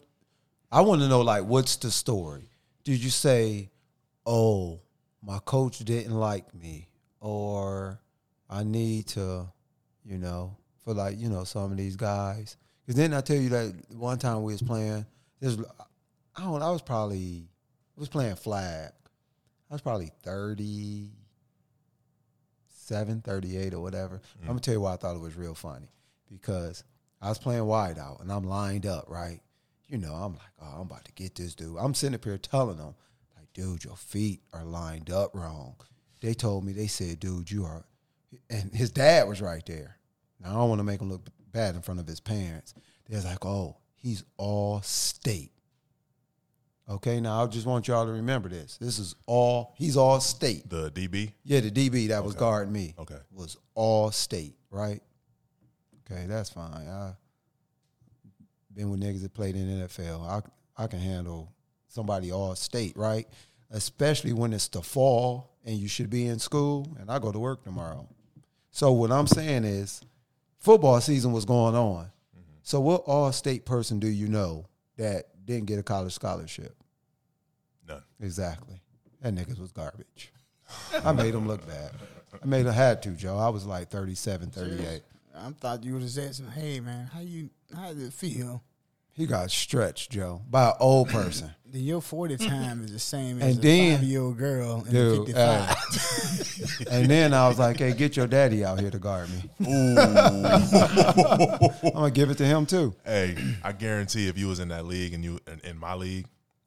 S1: I want to know, like, what's the story? Did you say, "Oh, my coach didn't like me," or "I need to," you know, for like you know some of these guys? Because then I tell you that one time we was playing. This, was- I don't. I was probably I was playing flag. I was probably thirty seven, 38 or whatever. I'm gonna tell you why I thought it was real funny because I was playing wide out and I'm lined up, right? You know, I'm like, oh, I'm about to get this dude. I'm sitting up here telling them, like, dude, your feet are lined up wrong. They told me, they said, dude, you are, and his dad was right there. Now I don't want to make him look bad in front of his parents. They're like, oh, he's all state. Okay, now I just want y'all to remember this. This is all, he's all state.
S2: The DB.
S1: Yeah, the DB that was guarding me.
S2: Okay.
S1: Was all state, right? Okay, that's fine. I been with niggas that played in the NFL. I I can handle somebody all state, right? Especially when it's the fall and you should be in school and I go to work tomorrow. So what I'm saying is football season was going on. So what all state person do you know that didn't get a college scholarship?
S2: None.
S1: Exactly. That niggas was garbage. I made them look bad. I made them had to, Joe. I was like 37, 38.
S4: I thought you would have said some. Hey man, how you? How does it feel?
S1: He got stretched, Joe, by an old person.
S4: Then your forty time is the same
S1: And
S4: as
S1: then-
S4: a five year old girl and a
S1: Dude,
S4: fifty five.
S1: hey. and then I was like, hey, get your daddy out here to guard me. [LAUGHS] I'm going to give it to him, too.
S2: Hey, I guarantee if you was in that league and you in, in my league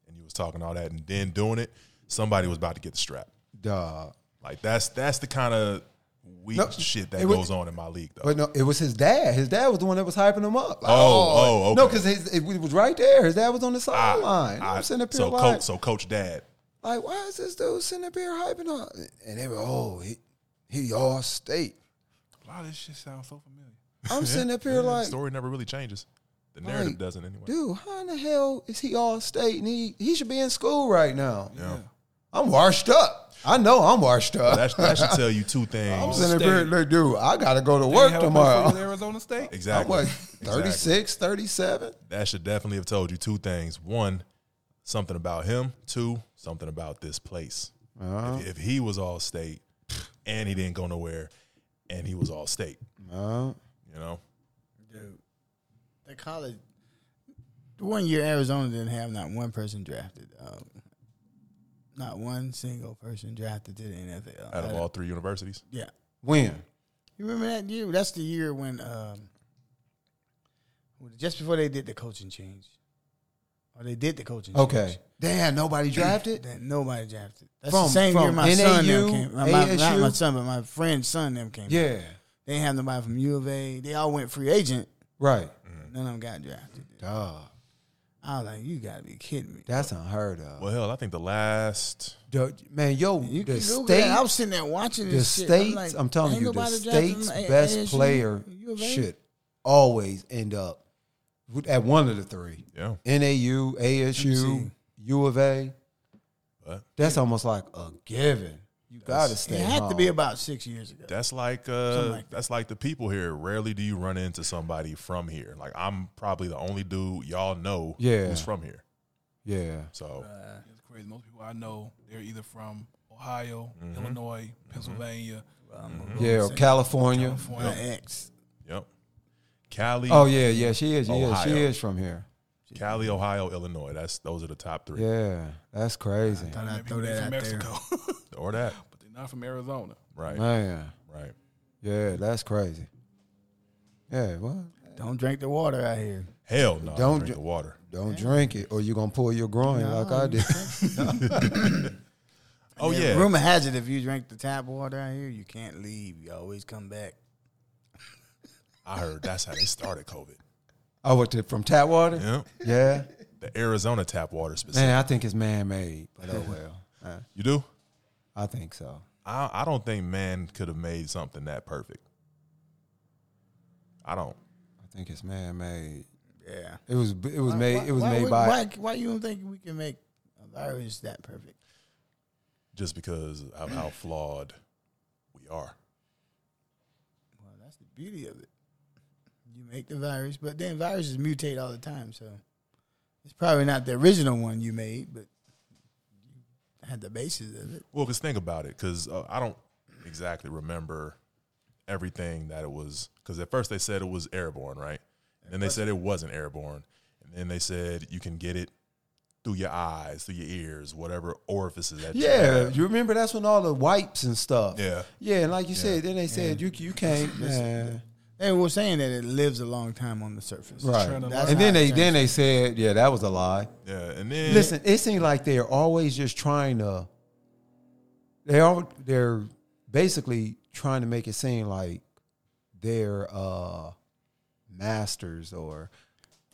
S2: and you was talking all that and then doing it, somebody was about to get the strap.
S1: Dog.
S2: Like that's that's the kind of weak
S1: No,
S2: shit that
S1: it was-
S2: goes on in my league though.
S1: But Oh, no, it was his dad. His dad was the one that was hyping him up. Like,
S2: Oh, oh,
S1: no,
S2: okay.
S1: because it was right there. His dad was on the
S2: I-
S1: sideline.
S2: I-
S1: I'm sitting up here
S2: so
S1: like,
S2: coach, so coach dad.
S1: like, why is this dude sitting up here hyping up? And they were, oh, he, he all state.
S5: A lot of this shit sounds so familiar.
S1: I'm sitting up here
S2: [LAUGHS] Yeah, the
S1: like,
S2: story never really changes. The narrative
S1: like,
S2: doesn't anyway.
S1: dude, how in the hell is he all state? And he, he should be in school right now.
S2: Yeah.
S1: I'm washed up. I know [LAUGHS] I'm washed up.
S2: That, that should tell you two
S1: I'm
S2: things.
S1: sitting up here,
S5: State.
S1: like, dude, I got to go to
S5: They
S1: work
S5: have a place
S1: tomorrow.
S5: in Arizona
S1: [LAUGHS]
S5: State.
S1: I'm
S2: Exactly.
S1: what,
S2: Exactly.
S1: 36, 37?
S2: That should definitely have told you two things. One, something about him. Two, something about this place.
S1: Uh-huh.
S2: If, if he was all state and he didn't go nowhere and he was all state,
S1: No.
S2: you know?
S4: Dude, the college. The one year Arizona didn't have not one person drafted. Um, not one single person drafted to the NFL.
S2: Out of
S4: Uh,
S2: all three universities.
S4: yeah.
S1: When?
S4: You remember that year? That's the year when, um, when- just before they did the coaching change, or they did the coaching.
S1: Okay.
S4: change,
S1: Damn, nobody drafted?
S4: that nobody drafted. That's
S1: From-
S4: the same year
S1: from
S4: my son them
S1: NAU,
S4: came. My, my, not my
S1: ASU?
S4: son, but my friend's son them came.
S1: Yeah.
S4: They didn't have nobody from U of A. They all went free agent.
S1: Right.
S4: None of them got drafted.
S1: Dog.
S4: I was like, you gotta be kidding me.
S1: That's unheard of.
S2: Well, hell, I think the last.
S1: The- man, yo,
S4: You
S1: the
S4: can Google
S1: state,
S4: that. I was sitting there watching
S1: the
S4: this shit. I'm
S1: states.
S4: like,
S1: I'm telling
S4: ain't
S1: you, the
S4: nobody drafting
S1: state's
S4: A-
S1: best
S4: ASU,
S1: player
S4: U of A?
S1: should always end up with- at one of the three:
S2: Yeah.
S1: NAU, ASU, U of A.
S2: But
S1: That's almost like a given. You gotta stay.
S4: It had to
S1: home.
S4: be about six years ago.
S2: that's like, uh,
S4: like
S2: that's like the people here. Rarely do you run into somebody from here. Like, I'm probably the only dude y'all know
S1: Yeah.
S2: who's from here.
S1: yeah.
S2: So,
S5: It's crazy. Most people I know, they're either from Ohio,
S1: Mm-hmm.
S5: Illinois, Pennsylvania,
S1: Yeah, or Mm-hmm. California.
S5: California.
S4: My ex.
S2: yep. Cali,
S1: Oh yeah, yeah, she is. Yeah, she
S2: Ohio.
S1: is from here.
S2: Cali, Ohio, Illinois. That's those are the top three.
S1: Yeah, that's crazy,
S4: Thought I'd throw
S5: Maybe they're
S4: that
S5: from
S4: out there.
S5: Mexico,
S2: Or that.
S5: but they're not from Arizona.
S2: Right.
S1: man.
S2: Right.
S1: Yeah, that's crazy. Yeah, what?
S4: Don't drink the water out here.
S2: Hell no.
S1: Don't
S2: Don't drink
S1: ju-
S2: the water.
S1: Don't drink it, or you're gonna pull your groin like I did.
S2: Oh yeah.
S4: Rumor has it if you drink the tap water out here, you can't leave. You always come back.
S2: I heard that's how they started [LAUGHS] COVID.
S1: Oh, what to, from tap water?
S2: Yeah.
S1: Yeah.
S2: The Arizona tap water specific.
S1: Man, I think it's man made, but oh
S4: [LAUGHS]
S1: well. Uh,
S2: You do?
S1: I think so.
S2: I I don't think man could have made something that perfect. I don't.
S1: I think it's man made.
S4: Yeah.
S1: It was it was made it was
S4: Why-
S1: made
S4: why,
S1: by
S4: Why, why you don't think we can make a virus that perfect?
S2: Just because of how flawed we are.
S4: Well, that's the beauty of it. You make the virus, but then viruses mutate all the time, so it's probably not the original one you made, but you had the basis of it.
S2: Well, because think about it, because uh, I don't exactly remember everything that it was. Because at first they said it was airborne, right? Then they said it wasn't airborne, and then they said you can get it through your eyes, through your ears, whatever orifices that. you
S1: Yeah,
S2: have.
S1: you remember that's when all the wipes and stuff.
S2: Yeah.
S1: Yeah, and like you said, then they said you you can't man.
S4: They were saying that it lives a long time on the surface.
S1: Right.
S4: That's
S1: And then
S4: how it
S1: they then
S4: changed.
S1: they said, yeah, that was a lie.
S2: yeah. And then
S1: Listen, it seems like they're always just trying to. They are they're basically trying to make it seem like they're uh, masters or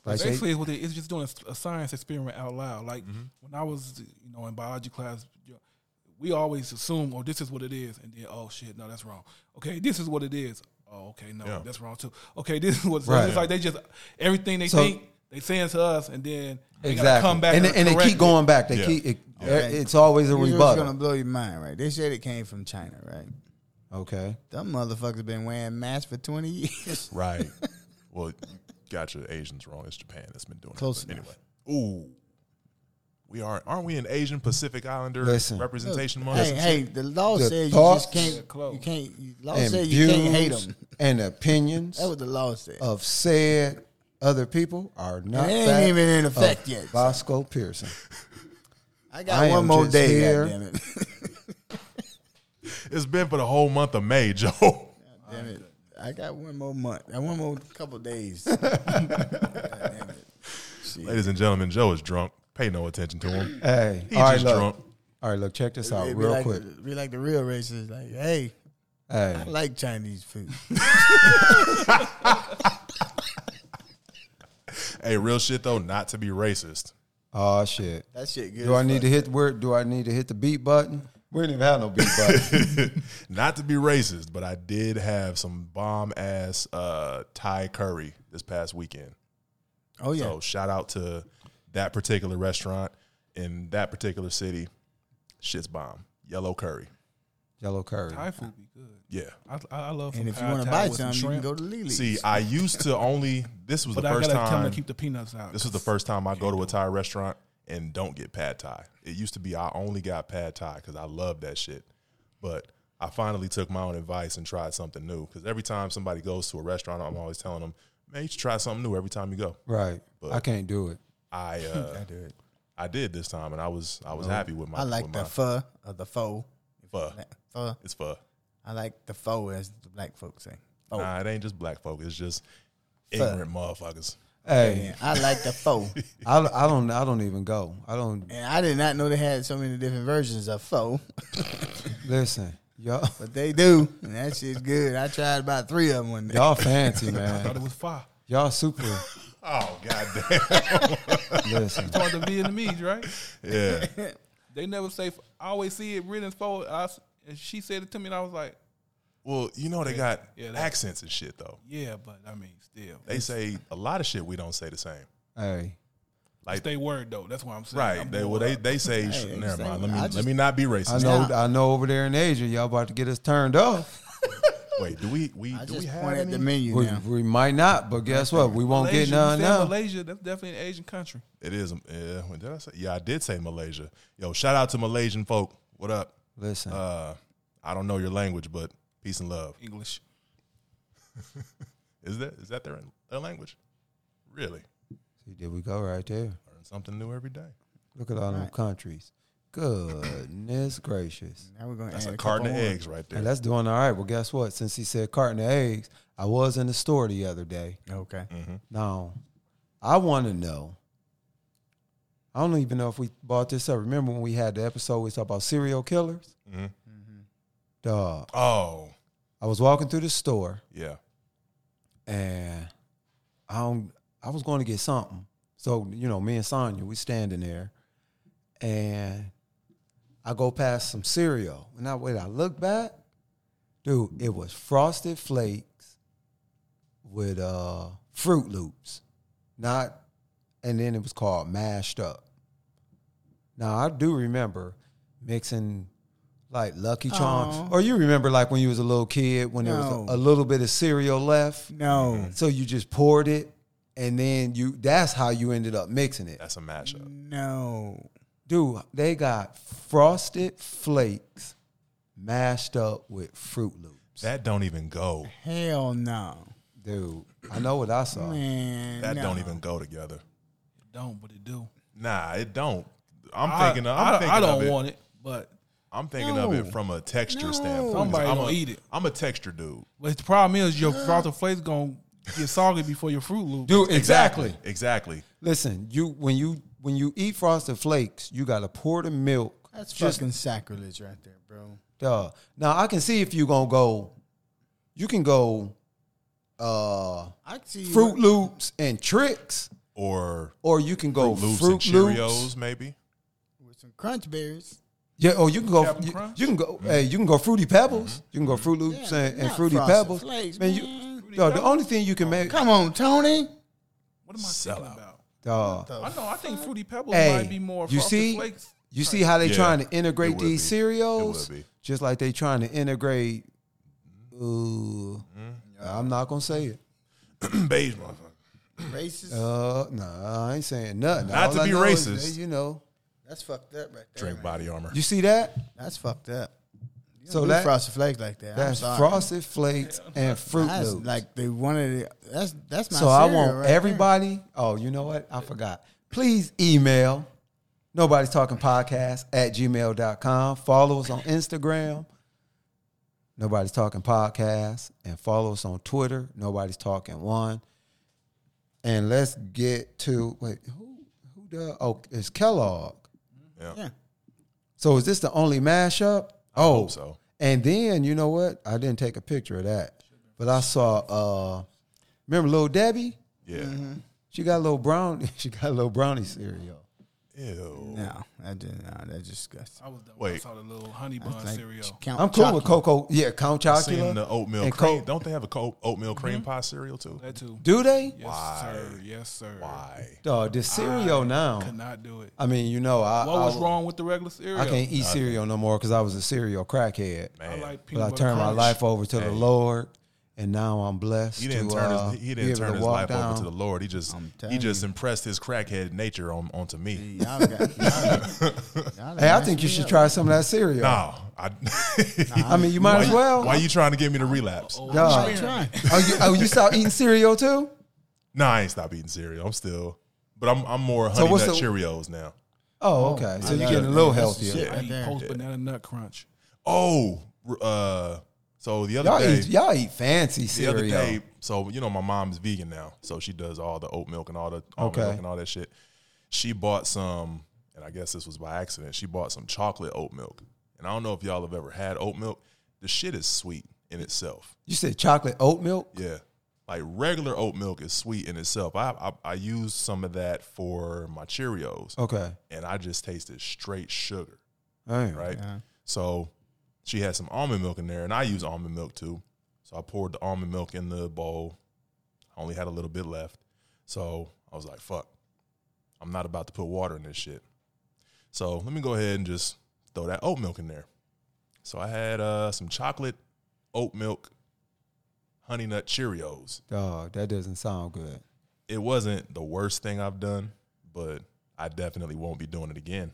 S1: like they-
S5: Basically, it's what they, it's just doing a s- a, science experiment out loud. Like
S1: Mm-hmm.
S5: when I was, you know, in biology class, you know, we always assume, "Oh, this is what it is," and then, "Oh shit, no, that's wrong." Okay, this is what it is. Oh, okay, no,
S2: Yeah.
S5: that's wrong too. Okay, this is what
S1: Right.
S5: it's like. They just everything they
S1: So-
S5: think they saying to us, and then they gotta
S1: exactly
S5: come back
S1: and,
S5: and,
S1: and they
S5: correct
S1: keep
S5: it.
S1: going back. They
S2: Yeah.
S1: keep it,
S4: Okay.
S1: it's always a
S4: Here's what's
S1: rebuttal.
S4: gonna blow your mind, right? They said it came from China, right?
S1: okay,
S4: Them motherfuckers been wearing masks for twenty
S2: [LAUGHS]
S4: years.
S2: right. Well, you got your Asians wrong. It's Japan that's been doing
S4: Close
S2: it. But Anyway, ooh, we are aren't we an Asian Pacific Islander
S1: Listen.
S2: representation month?
S4: Hey, hey, the law
S1: The
S4: says
S1: thoughts
S4: you just can't.
S5: close.
S4: You can't. You, law
S1: and
S4: says Oh, you can't hate
S1: views
S4: them.
S1: and opinions
S4: That's what the law said.
S1: of said other people are not
S4: ain't
S1: that
S4: even in
S1: of
S4: effect yet.
S1: Bosco Pearson.
S4: I
S1: I
S4: got
S1: am
S4: one more
S1: just
S4: day.
S1: here.
S4: Damn it! [LAUGHS]
S2: It's been for the whole month of May, [LAUGHS] Joe.
S4: Damn it! I got one more month. I one more couple days.
S2: Ladies and gentlemen, Joe is drunk. Pay no attention to
S5: [CLEARS THROAT]
S2: him.
S1: Hey,
S2: He's
S1: all right,
S2: just
S1: look,
S2: drunk.
S1: all right, look, check this out
S4: [LAUGHS] It'd be
S1: real
S4: like,
S1: quick.
S4: Be like the real racists. Like, hey,
S1: Hey,
S4: I like
S1: [LAUGHS]
S4: Chinese food.
S2: Hey, real shit though, not to be racist. [LAUGHS]
S1: oh shit.
S4: That shit good.
S1: Do I
S4: as
S1: need
S4: fuck.
S1: to hit where? Do I need to hit the beat button? We didn't even have no beat button.
S2: not to be racist, but I did have some bomb ass uh, Thai curry this past weekend.
S4: Oh yeah.
S2: So shout out to that particular restaurant in that particular city. Shit's bomb. Yellow curry.
S1: [LAUGHS] Yellow curry.
S5: Thai food be good.
S2: Yeah.
S5: I, I I love.
S4: and
S5: some
S4: if you
S5: pad
S4: want
S5: thai
S4: to buy
S5: with
S4: some, you can
S5: shrimp,
S4: go to Lily's.
S2: See, I used to only this was
S5: But
S2: the
S5: I
S2: first
S5: gotta tell
S2: time
S5: them to keep the peanuts out.
S2: this was the first time I go to a Thai restaurant and don't get pad Thai. It used to be I only got pad Thai because I love that shit. But I finally took my own advice and tried something new. Because every time somebody goes to a restaurant, I'm always telling them, man, you should try something new every time you go.
S1: Right.
S2: But-
S1: I can't do it.
S2: I
S4: [LAUGHS]
S2: uh, I did. I did this time, and I was I was happy with my.
S4: Oh, I like
S2: with
S4: the
S2: my
S4: pho or the faux.
S2: pho.
S4: Pho.
S2: It's pho.
S4: I like the faux as the black folks say. Pho.
S2: Nah, it ain't just black folk. It's just
S4: Oh. Pho.
S2: ignorant motherfuckers.
S1: Hey,
S4: Yeah, I like
S1: [LAUGHS]
S4: the faux.
S1: I, I don't I don't even go. I don't
S4: And I did not know they had so many different versions of faux,
S1: listen. Y'all
S4: but they do. And that shit's good. I tried about three of them one day.
S1: y'all fancy
S5: Thought
S1: man.
S5: it was fire.
S1: Y'all super.
S2: Oh goddamn! [LAUGHS]
S1: Listen.
S5: Part of the Vietnamese, right?
S2: yeah,
S5: [LAUGHS] They never say. f- I always see it written as fo. I s- and she said it to me, and I was like,
S2: Well, you know they got
S5: Yeah, they-
S2: accents and shit though.
S5: "Yeah, but I mean, still,
S2: They say a lot of shit we don't say the same.
S1: Hey,
S2: Like
S5: stay word though. That's what I'm saying.
S2: right?
S5: I'm
S2: They
S5: more
S2: well they
S5: like-
S2: they say
S4: Hey, they
S2: never
S4: say-
S2: mind. Let me
S4: I
S2: let
S4: just-
S2: me not be
S1: I
S2: racist.
S1: know
S4: Now-
S1: I know over there in Asia y'all about to get us turned off.
S2: Wait, do we we
S4: I
S2: do we
S4: just
S2: have
S4: point at
S2: any?
S4: the menu
S1: We,
S4: now.
S1: we might not, but guess what? We won't
S5: Malaysia,
S1: get
S5: you
S1: none
S5: said
S1: now.
S5: Malaysia, that's definitely an Asian country.
S2: It is. Yeah, what did I say? Yeah, I did say Malaysia. Yo, shout out to Malaysian folk. What up?
S1: Listen,
S2: Uh, I don't know your language, but peace and love.
S5: English.
S2: Is that is that their their language? Really?
S1: see, there we go right there.
S2: Learn something new every day.
S1: Look at all them countries. Goodness gracious.
S4: Now we're going to
S2: That's
S4: add
S2: a
S4: a
S2: carton
S4: couple
S2: of
S4: more.
S2: eggs right
S1: And
S2: there.
S1: that's doing all right. Well, guess what? Since he said carton of eggs, I was in the store the other day.
S4: Okay.
S1: Mm. Now, I want to know. I don't even know if we brought this up. Remember when we had the episode we talked about serial killers?
S2: Mhm.
S1: Dog,
S2: Oh
S1: I was walking through the store
S2: yeah.
S1: and I don't, I was going to get something. So you know, me and Sonya, we standing there, and I go past some cereal, and I wait. I look back, dude. It was Frosted Flakes with uh Fruit Loops, not, and then it was called Mashed Up. Now I do remember mixing. Like Lucky Charms,
S4: Aw.
S1: or you remember like when you was a little kid when there was
S4: No.
S1: a, a little bit of cereal left,
S4: No.
S1: so you just poured it, and then you that's how you ended up mixing it.
S2: That's a
S4: Mm.
S2: mashup.
S4: No.
S1: Dude, they got frosted flakes mashed up with Fruit Loops.
S2: That don't even go.
S4: Hell no.
S1: Dude, I know what I saw.
S4: Man.
S2: That
S4: no.
S2: don't even go together.
S5: Don't, but it do.
S2: Nah, it don't. I'm
S5: I-
S2: thinking. Of,
S5: I,
S2: I'm
S5: I
S2: thinking
S5: don't
S2: of it.
S5: want it, but
S2: I'm thinking of it from a texture standpoint.
S5: Somebody
S2: I'm
S5: gonna
S2: a,
S5: eat it.
S2: I'm a texture dude.
S5: but the problem is
S1: [GASPS]
S5: your frosted flakes gonna get soggy before your Fruit Loop.
S1: Dude, exactly.
S2: Exactly.
S1: Listen, you when you when you eat frosted flakes, you gotta pour the milk.
S4: That's
S1: just
S4: fucking sacrilege right there, bro.
S1: duh. Now I can see if you gonna go, you can go uh
S4: I can see you-
S1: Fruit Loops and tricks,
S2: Or
S1: or you can go
S2: Fruit Loops
S1: Fruit
S2: and Cheerios,
S5: [CLEARS THROAT]
S2: maybe.
S4: with some crunch berries.
S1: Yeah, oh, you can go.
S5: Cap'n
S1: You,
S5: Crunch?
S1: you can go. Hey, you can go fruity pebbles. You can go Fruit Loops
S4: Mm-hmm. Yeah,
S1: and, and
S4: not
S1: fruity
S4: Frosted
S1: pebbles.
S4: Flakes,
S1: man, you,
S4: man.
S1: dawg, the only thing you can make,
S4: Come on, Tony.
S5: What am I
S2: Sellout.
S5: thinking about?
S1: dawg.
S5: I know. I think Fruity Pebbles
S1: Hey,
S5: might be more.
S1: you
S5: Frosted
S1: see,
S5: Flakes.
S1: you see how they
S2: Yeah,
S1: trying
S2: it
S1: to integrate
S2: would
S1: these
S2: be.
S1: cereals,
S2: It would be.
S1: just like they trying to integrate.
S2: Mm-hmm.
S1: Ooh, I'm not gonna say it.
S2: Beige motherfucker.
S4: Racist.
S1: Uh, nah, I ain't saying nothing.
S2: Not
S1: All
S2: to
S1: I
S2: be
S1: know is
S2: racist.
S1: that, you know,
S4: That's fucked up right there.
S2: Drink
S4: man.
S2: body armor.
S1: you see that?
S4: That's fucked up. You
S1: So
S4: so do
S1: that-
S4: frosted flakes like that.
S1: That's
S4: I'm sorry.
S1: frosted flakes and Fruit
S4: That's
S1: Loops.
S4: like the one of the. That's that's my.
S1: So I
S4: cereal
S1: want
S4: right
S1: everybody. Oh, you know what? I forgot. Please email nobody's talking podcast at gmail.com. Follow us on Instagram, nobody's talking podcast, and follow us on Twitter, nobody's talking one. And let's get to wait, who who does oh it's Kellogg.
S4: there. Yeah.
S1: So is this the only mashup? Oh,
S2: so.
S1: And then you know what? I didn't take a picture of that, but I saw. uh Remember Little Debbie?
S2: Yeah.
S1: She got a little brown. [LAUGHS] She got a little brownie cereal.
S2: Ew.
S4: No, that didn't. No, that's disgusting.
S5: I was done. I
S2: Wait.
S5: saw the little honey bun
S4: That's like
S5: cereal.
S4: Count
S1: I'm cool with
S4: chocolate.
S1: cocoa. Yeah, Count
S2: I seen the
S1: Chocula.
S2: oatmeal
S1: And
S2: cream.
S1: Coke. Mm-hmm.
S2: Don't they have a co- oatmeal cream pie cereal too?
S5: That too.
S1: Do they?
S5: Yes, sir. Yes, sir.
S2: Why?
S1: Dog, the cereal now.
S5: Could not do it.
S1: I mean, you know, I
S5: What
S1: I,
S5: was wrong with the regular cereal?
S1: I can't eat cereal no more because I was a cereal crackhead.
S5: I
S2: Man.
S5: like peanut
S1: But I
S5: butter
S1: turned my
S5: crunch.
S1: life over to the Lord, and now I'm blessed.
S2: He didn't
S1: to,
S2: turn
S1: uh,
S2: his he
S1: be
S2: didn't
S1: able
S2: turn
S1: to
S2: his
S1: walk
S2: life
S1: down.
S2: over to the Lord. He just
S4: I'm
S2: he
S4: telling
S2: just
S4: you.
S2: impressed his crackhead nature on onto me.
S4: Y'all got-
S1: [LAUGHS]
S4: y'all- y'all
S1: Hey, I
S4: messed
S1: think you
S4: me
S1: should
S4: up.
S1: try some of that cereal.
S2: No, I, [LAUGHS]
S1: I mean, you might
S2: why,
S1: as well.
S2: Why you trying to give me the relapse?
S1: Dog.
S4: Try trying.
S1: oh, you, oh, you stopped eating cereal too?
S2: Nah, I ain't stop eating cereal. I'm still, but I'm I'm more honey
S1: what's
S2: nut
S1: the-
S2: Cheerios now. [LAUGHS]
S1: Oh, okay. So [LAUGHS]
S4: I
S1: you're
S4: got
S1: getting a
S4: it.
S1: little
S4: That's the
S1: healthier.
S4: shit.
S5: I
S4: Right
S5: eat
S4: there.
S5: post banana nut crunch.
S2: Oh, uh, so the other
S1: Y'all
S2: day,
S1: eat, y'all eat fancy
S2: the other
S1: cereal.
S2: day, so you know my mom's vegan now, so she does all the oat milk and all the almond
S1: Okay.
S2: milk and all that shit. She bought some, and I guess this was by accident. She bought some chocolate oat milk, and I don't know if y'all have ever had oat milk. The shit is sweet in itself.
S1: You said chocolate oat milk?
S2: Yeah. Like regular oat milk is sweet in itself. I, I I used some of that for my Cheerios,
S1: Okay.
S2: and I just tasted straight sugar,
S1: Damn.
S2: right? So she had some almond milk in there, and I use almond milk too. So I poured the almond milk in the bowl. I only had a little bit left, so I was like, "Fuck, I'm not about to put water in this shit." So let me go ahead and just throw that oat milk in there. So I had uh, some chocolate oat milk honey nut Cheerios
S1: Dog, that doesn't sound good.
S2: it wasn't the worst thing I've done, but I definitely won't be doing it again.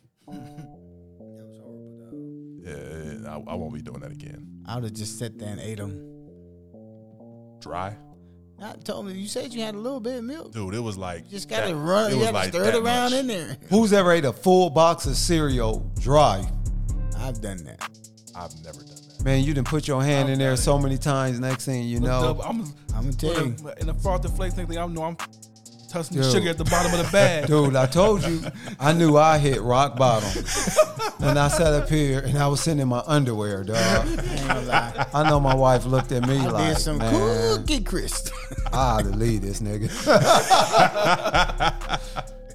S2: Yeah, I, I won't be doing that again.
S4: I would have just sat there and ate them.
S2: Dry,
S4: Not told me. You said you had a little bit of milk.
S2: dude. It was like
S4: You just got to
S2: that-
S4: run. You got to stir it
S2: that
S4: around
S2: much.
S4: in there.
S1: Who's ever ate a full box of cereal dry?
S4: I've done that.
S2: I've never done that.
S1: Man, you done put your hand in there so many times. Next thing you
S5: Double-
S1: know,
S5: I'm
S4: I'm gonna tell you.
S5: in a- in a frosted flakes thing. I know I'm touching the
S1: Dude.
S5: sugar at the bottom of the
S1: [LAUGHS]
S5: bag.
S1: dude, I told you, I knew I hit rock bottom. And I sat up here and I was sitting in my underwear, dog.
S4: I ain't
S1: [LAUGHS]
S4: gonna lie.
S1: I know my wife looked at me
S4: I
S1: like,
S4: did some
S1: man,
S4: cookie [LAUGHS] crisp.
S1: I ought to leave this nigga. [LAUGHS]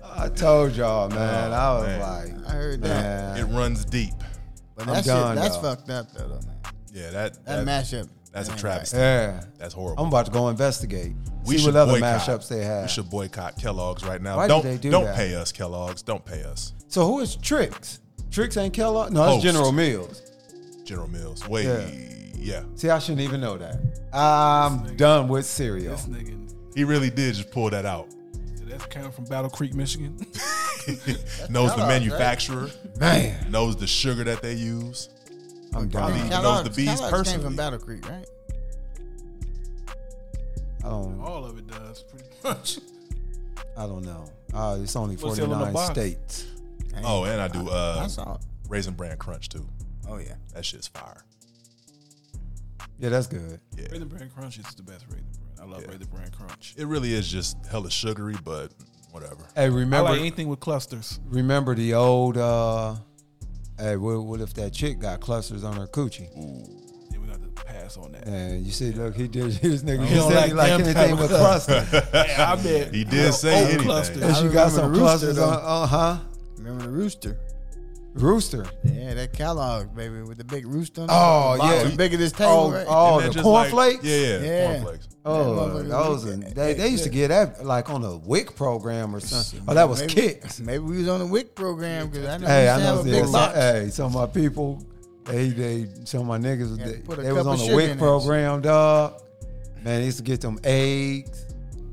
S1: I told y'all, man. I was like,
S4: I heard that.
S1: man,
S2: It runs deep.
S4: But
S1: I'm
S4: that shit,
S1: done,
S4: that's
S1: though.
S4: fucked up though. though, man.
S2: Yeah, that
S4: That mashup.
S2: That's a
S4: ain't
S2: travesty.
S1: yeah.
S2: That's horrible.
S1: I'm about to go investigate.
S2: we
S1: see
S2: should
S1: what other
S2: boycott.
S1: mashups they
S2: We
S1: have.
S2: should boycott Kellogg's right now.
S1: Why did
S2: don't
S1: they do
S2: not
S1: that?
S2: pay us Kellogg's. Don't pay us
S1: So who is Trix? Trix ain't Kellogg. No, that's
S2: Post.
S1: General Mills.
S2: General Mills. Wait,
S1: Yeah.
S2: yeah.
S1: See, I shouldn't even know that. I'm done with cereal.
S5: [LAUGHS] This nigga,
S2: he really did just pull that out. [LAUGHS]
S5: that's came from Battle Creek, Michigan. [LAUGHS]
S2: knows the manufacturer.
S1: Man,
S2: Knows the sugar that they use.
S1: I'm
S4: right.
S1: done.
S2: knows the bees
S4: Kellogg's came
S2: personally.
S4: from Battle Creek, right?
S1: I don't.
S5: All of it does pretty much. [LAUGHS]
S1: I don't know. Uh, it's only
S5: What's still in the
S1: 49
S5: box?
S1: states.
S2: Oh, and I do uh,
S4: I saw it.
S2: Raisin Bran Crunch too.
S4: Oh yeah.
S2: That shit's fire.
S1: Yeah, that's good.
S5: Raisin Bran Crunch is the best Raisin Bran. I love Raisin Bran Crunch.
S2: It really is just hella sugary, but whatever.
S1: Hey,
S5: I
S1: remember
S5: like anything with clusters.
S1: remember the old uh hey what, what if that chick got clusters on her coochie
S5: Yeah, we got to pass on that.
S1: and you see look he did [LAUGHS] his nigga
S5: You
S1: he
S5: don't
S1: said he
S5: like
S1: like
S5: them
S1: anything
S5: type
S1: with
S5: of
S1: clusters
S5: [LAUGHS]
S2: [LAUGHS]
S5: Yeah, I bet.
S2: He did say
S5: Old
S2: anything.
S5: cluster.
S1: and
S4: I
S1: you got
S4: remember
S1: some
S4: Rooster,
S1: clusters
S4: though.
S1: on uh huh
S4: Remember the rooster?
S1: rooster
S4: Yeah, that Kellogg baby with the big rooster. On the
S1: Oh,
S4: bottom,
S1: yeah.
S4: the bigger this table.
S1: oh
S4: right?
S1: oh
S2: Isn't that
S1: the
S2: just like-
S1: cornflakes
S2: yeah, yeah,
S4: Yeah.
S2: cornflakes.
S1: Oh,
S4: That motherfucker
S1: those
S4: was-
S1: are, they, they used to get that like on a WIC program or something. Oh,
S4: Maybe-
S1: that was
S4: maybe-
S1: Kicks.
S4: Maybe we was on the WIC program because I know
S1: Hey,
S4: we
S1: I
S4: used to
S1: know.
S4: have a big
S1: this-
S4: box.
S1: Hey, some of my people, they they some of my niggas,
S4: Yeah,
S1: they,
S4: put a
S1: they was
S4: cup
S1: on
S4: of
S1: the
S4: sugar
S1: WIC
S4: in it.
S1: program, dog. Man, they used to get them eggs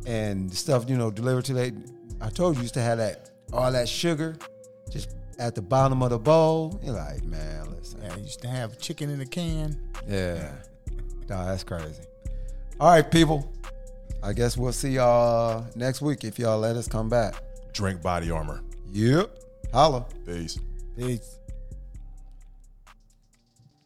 S1: and stuff, you know, delivered to they. I told you used to have that all that sugar just at the bottom of the bowl. You're like, man, listen,
S4: Yeah, I used to have chicken in a can.
S1: yeah, dog, that's crazy. All right, people. I guess we'll see y'all next week if y'all let us come back.
S2: Drink body armor.
S1: Yep. Holla.
S2: Peace.
S4: Peace.